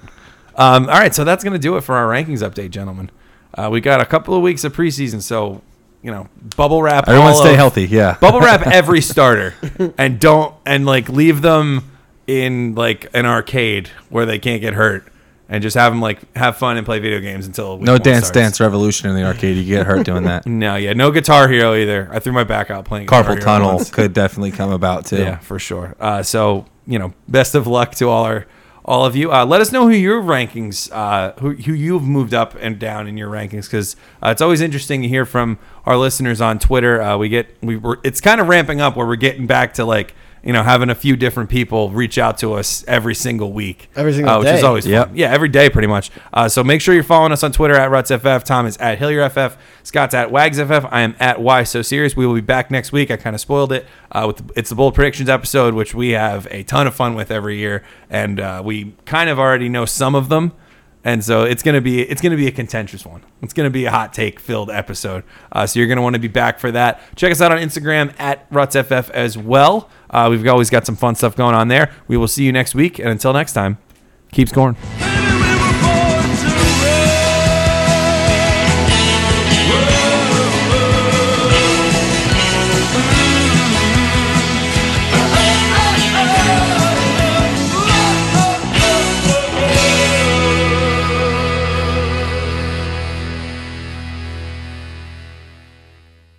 Um, all right, so that's gonna do it for our rankings update, gentlemen. Uh, we got a couple of weeks of preseason, so you know, bubble wrap. Everyone all stay of- healthy. Yeah. Bubble wrap every starter, and don't and like leave them in like an arcade where they can't get hurt, and just have them like have fun and play video games until week no one dance starts. dance revolution in the arcade. You get hurt doing that. No, yeah, no Guitar Hero either. I threw my back out playing Guitar Carpal Hero tunnel once. could definitely come about too. Yeah, for sure. Uh, so you know, best of luck to all our all of you. Uh, let us know who your rankings, uh, who who you've moved up and down in your rankings, because uh, it's always interesting to hear from our listeners on Twitter. Uh, we get we we're, it's kind of ramping up where we're getting back to like you know having a few different people reach out to us every single week, Every single uh, which is day. always Yep. fun. Yeah, every day pretty much. Uh, so make sure you're following us on Twitter at RutsFF. Tom is at HillierFF. Scott's at WagsFF. I am at Why So Serious. We will be back next week. I kind of spoiled it uh, with the, it's the bold predictions episode, which we have a ton of fun with every year, and uh, we kind of already know some of them. And so it's gonna be it's gonna be a contentious one. It's gonna be a hot take filled episode. Uh, so you're gonna want to be back for that. Check us out on Instagram at RutsFF as well. Uh, we've always got some fun stuff going on there. We will see you next week, and until next time, keep scoring.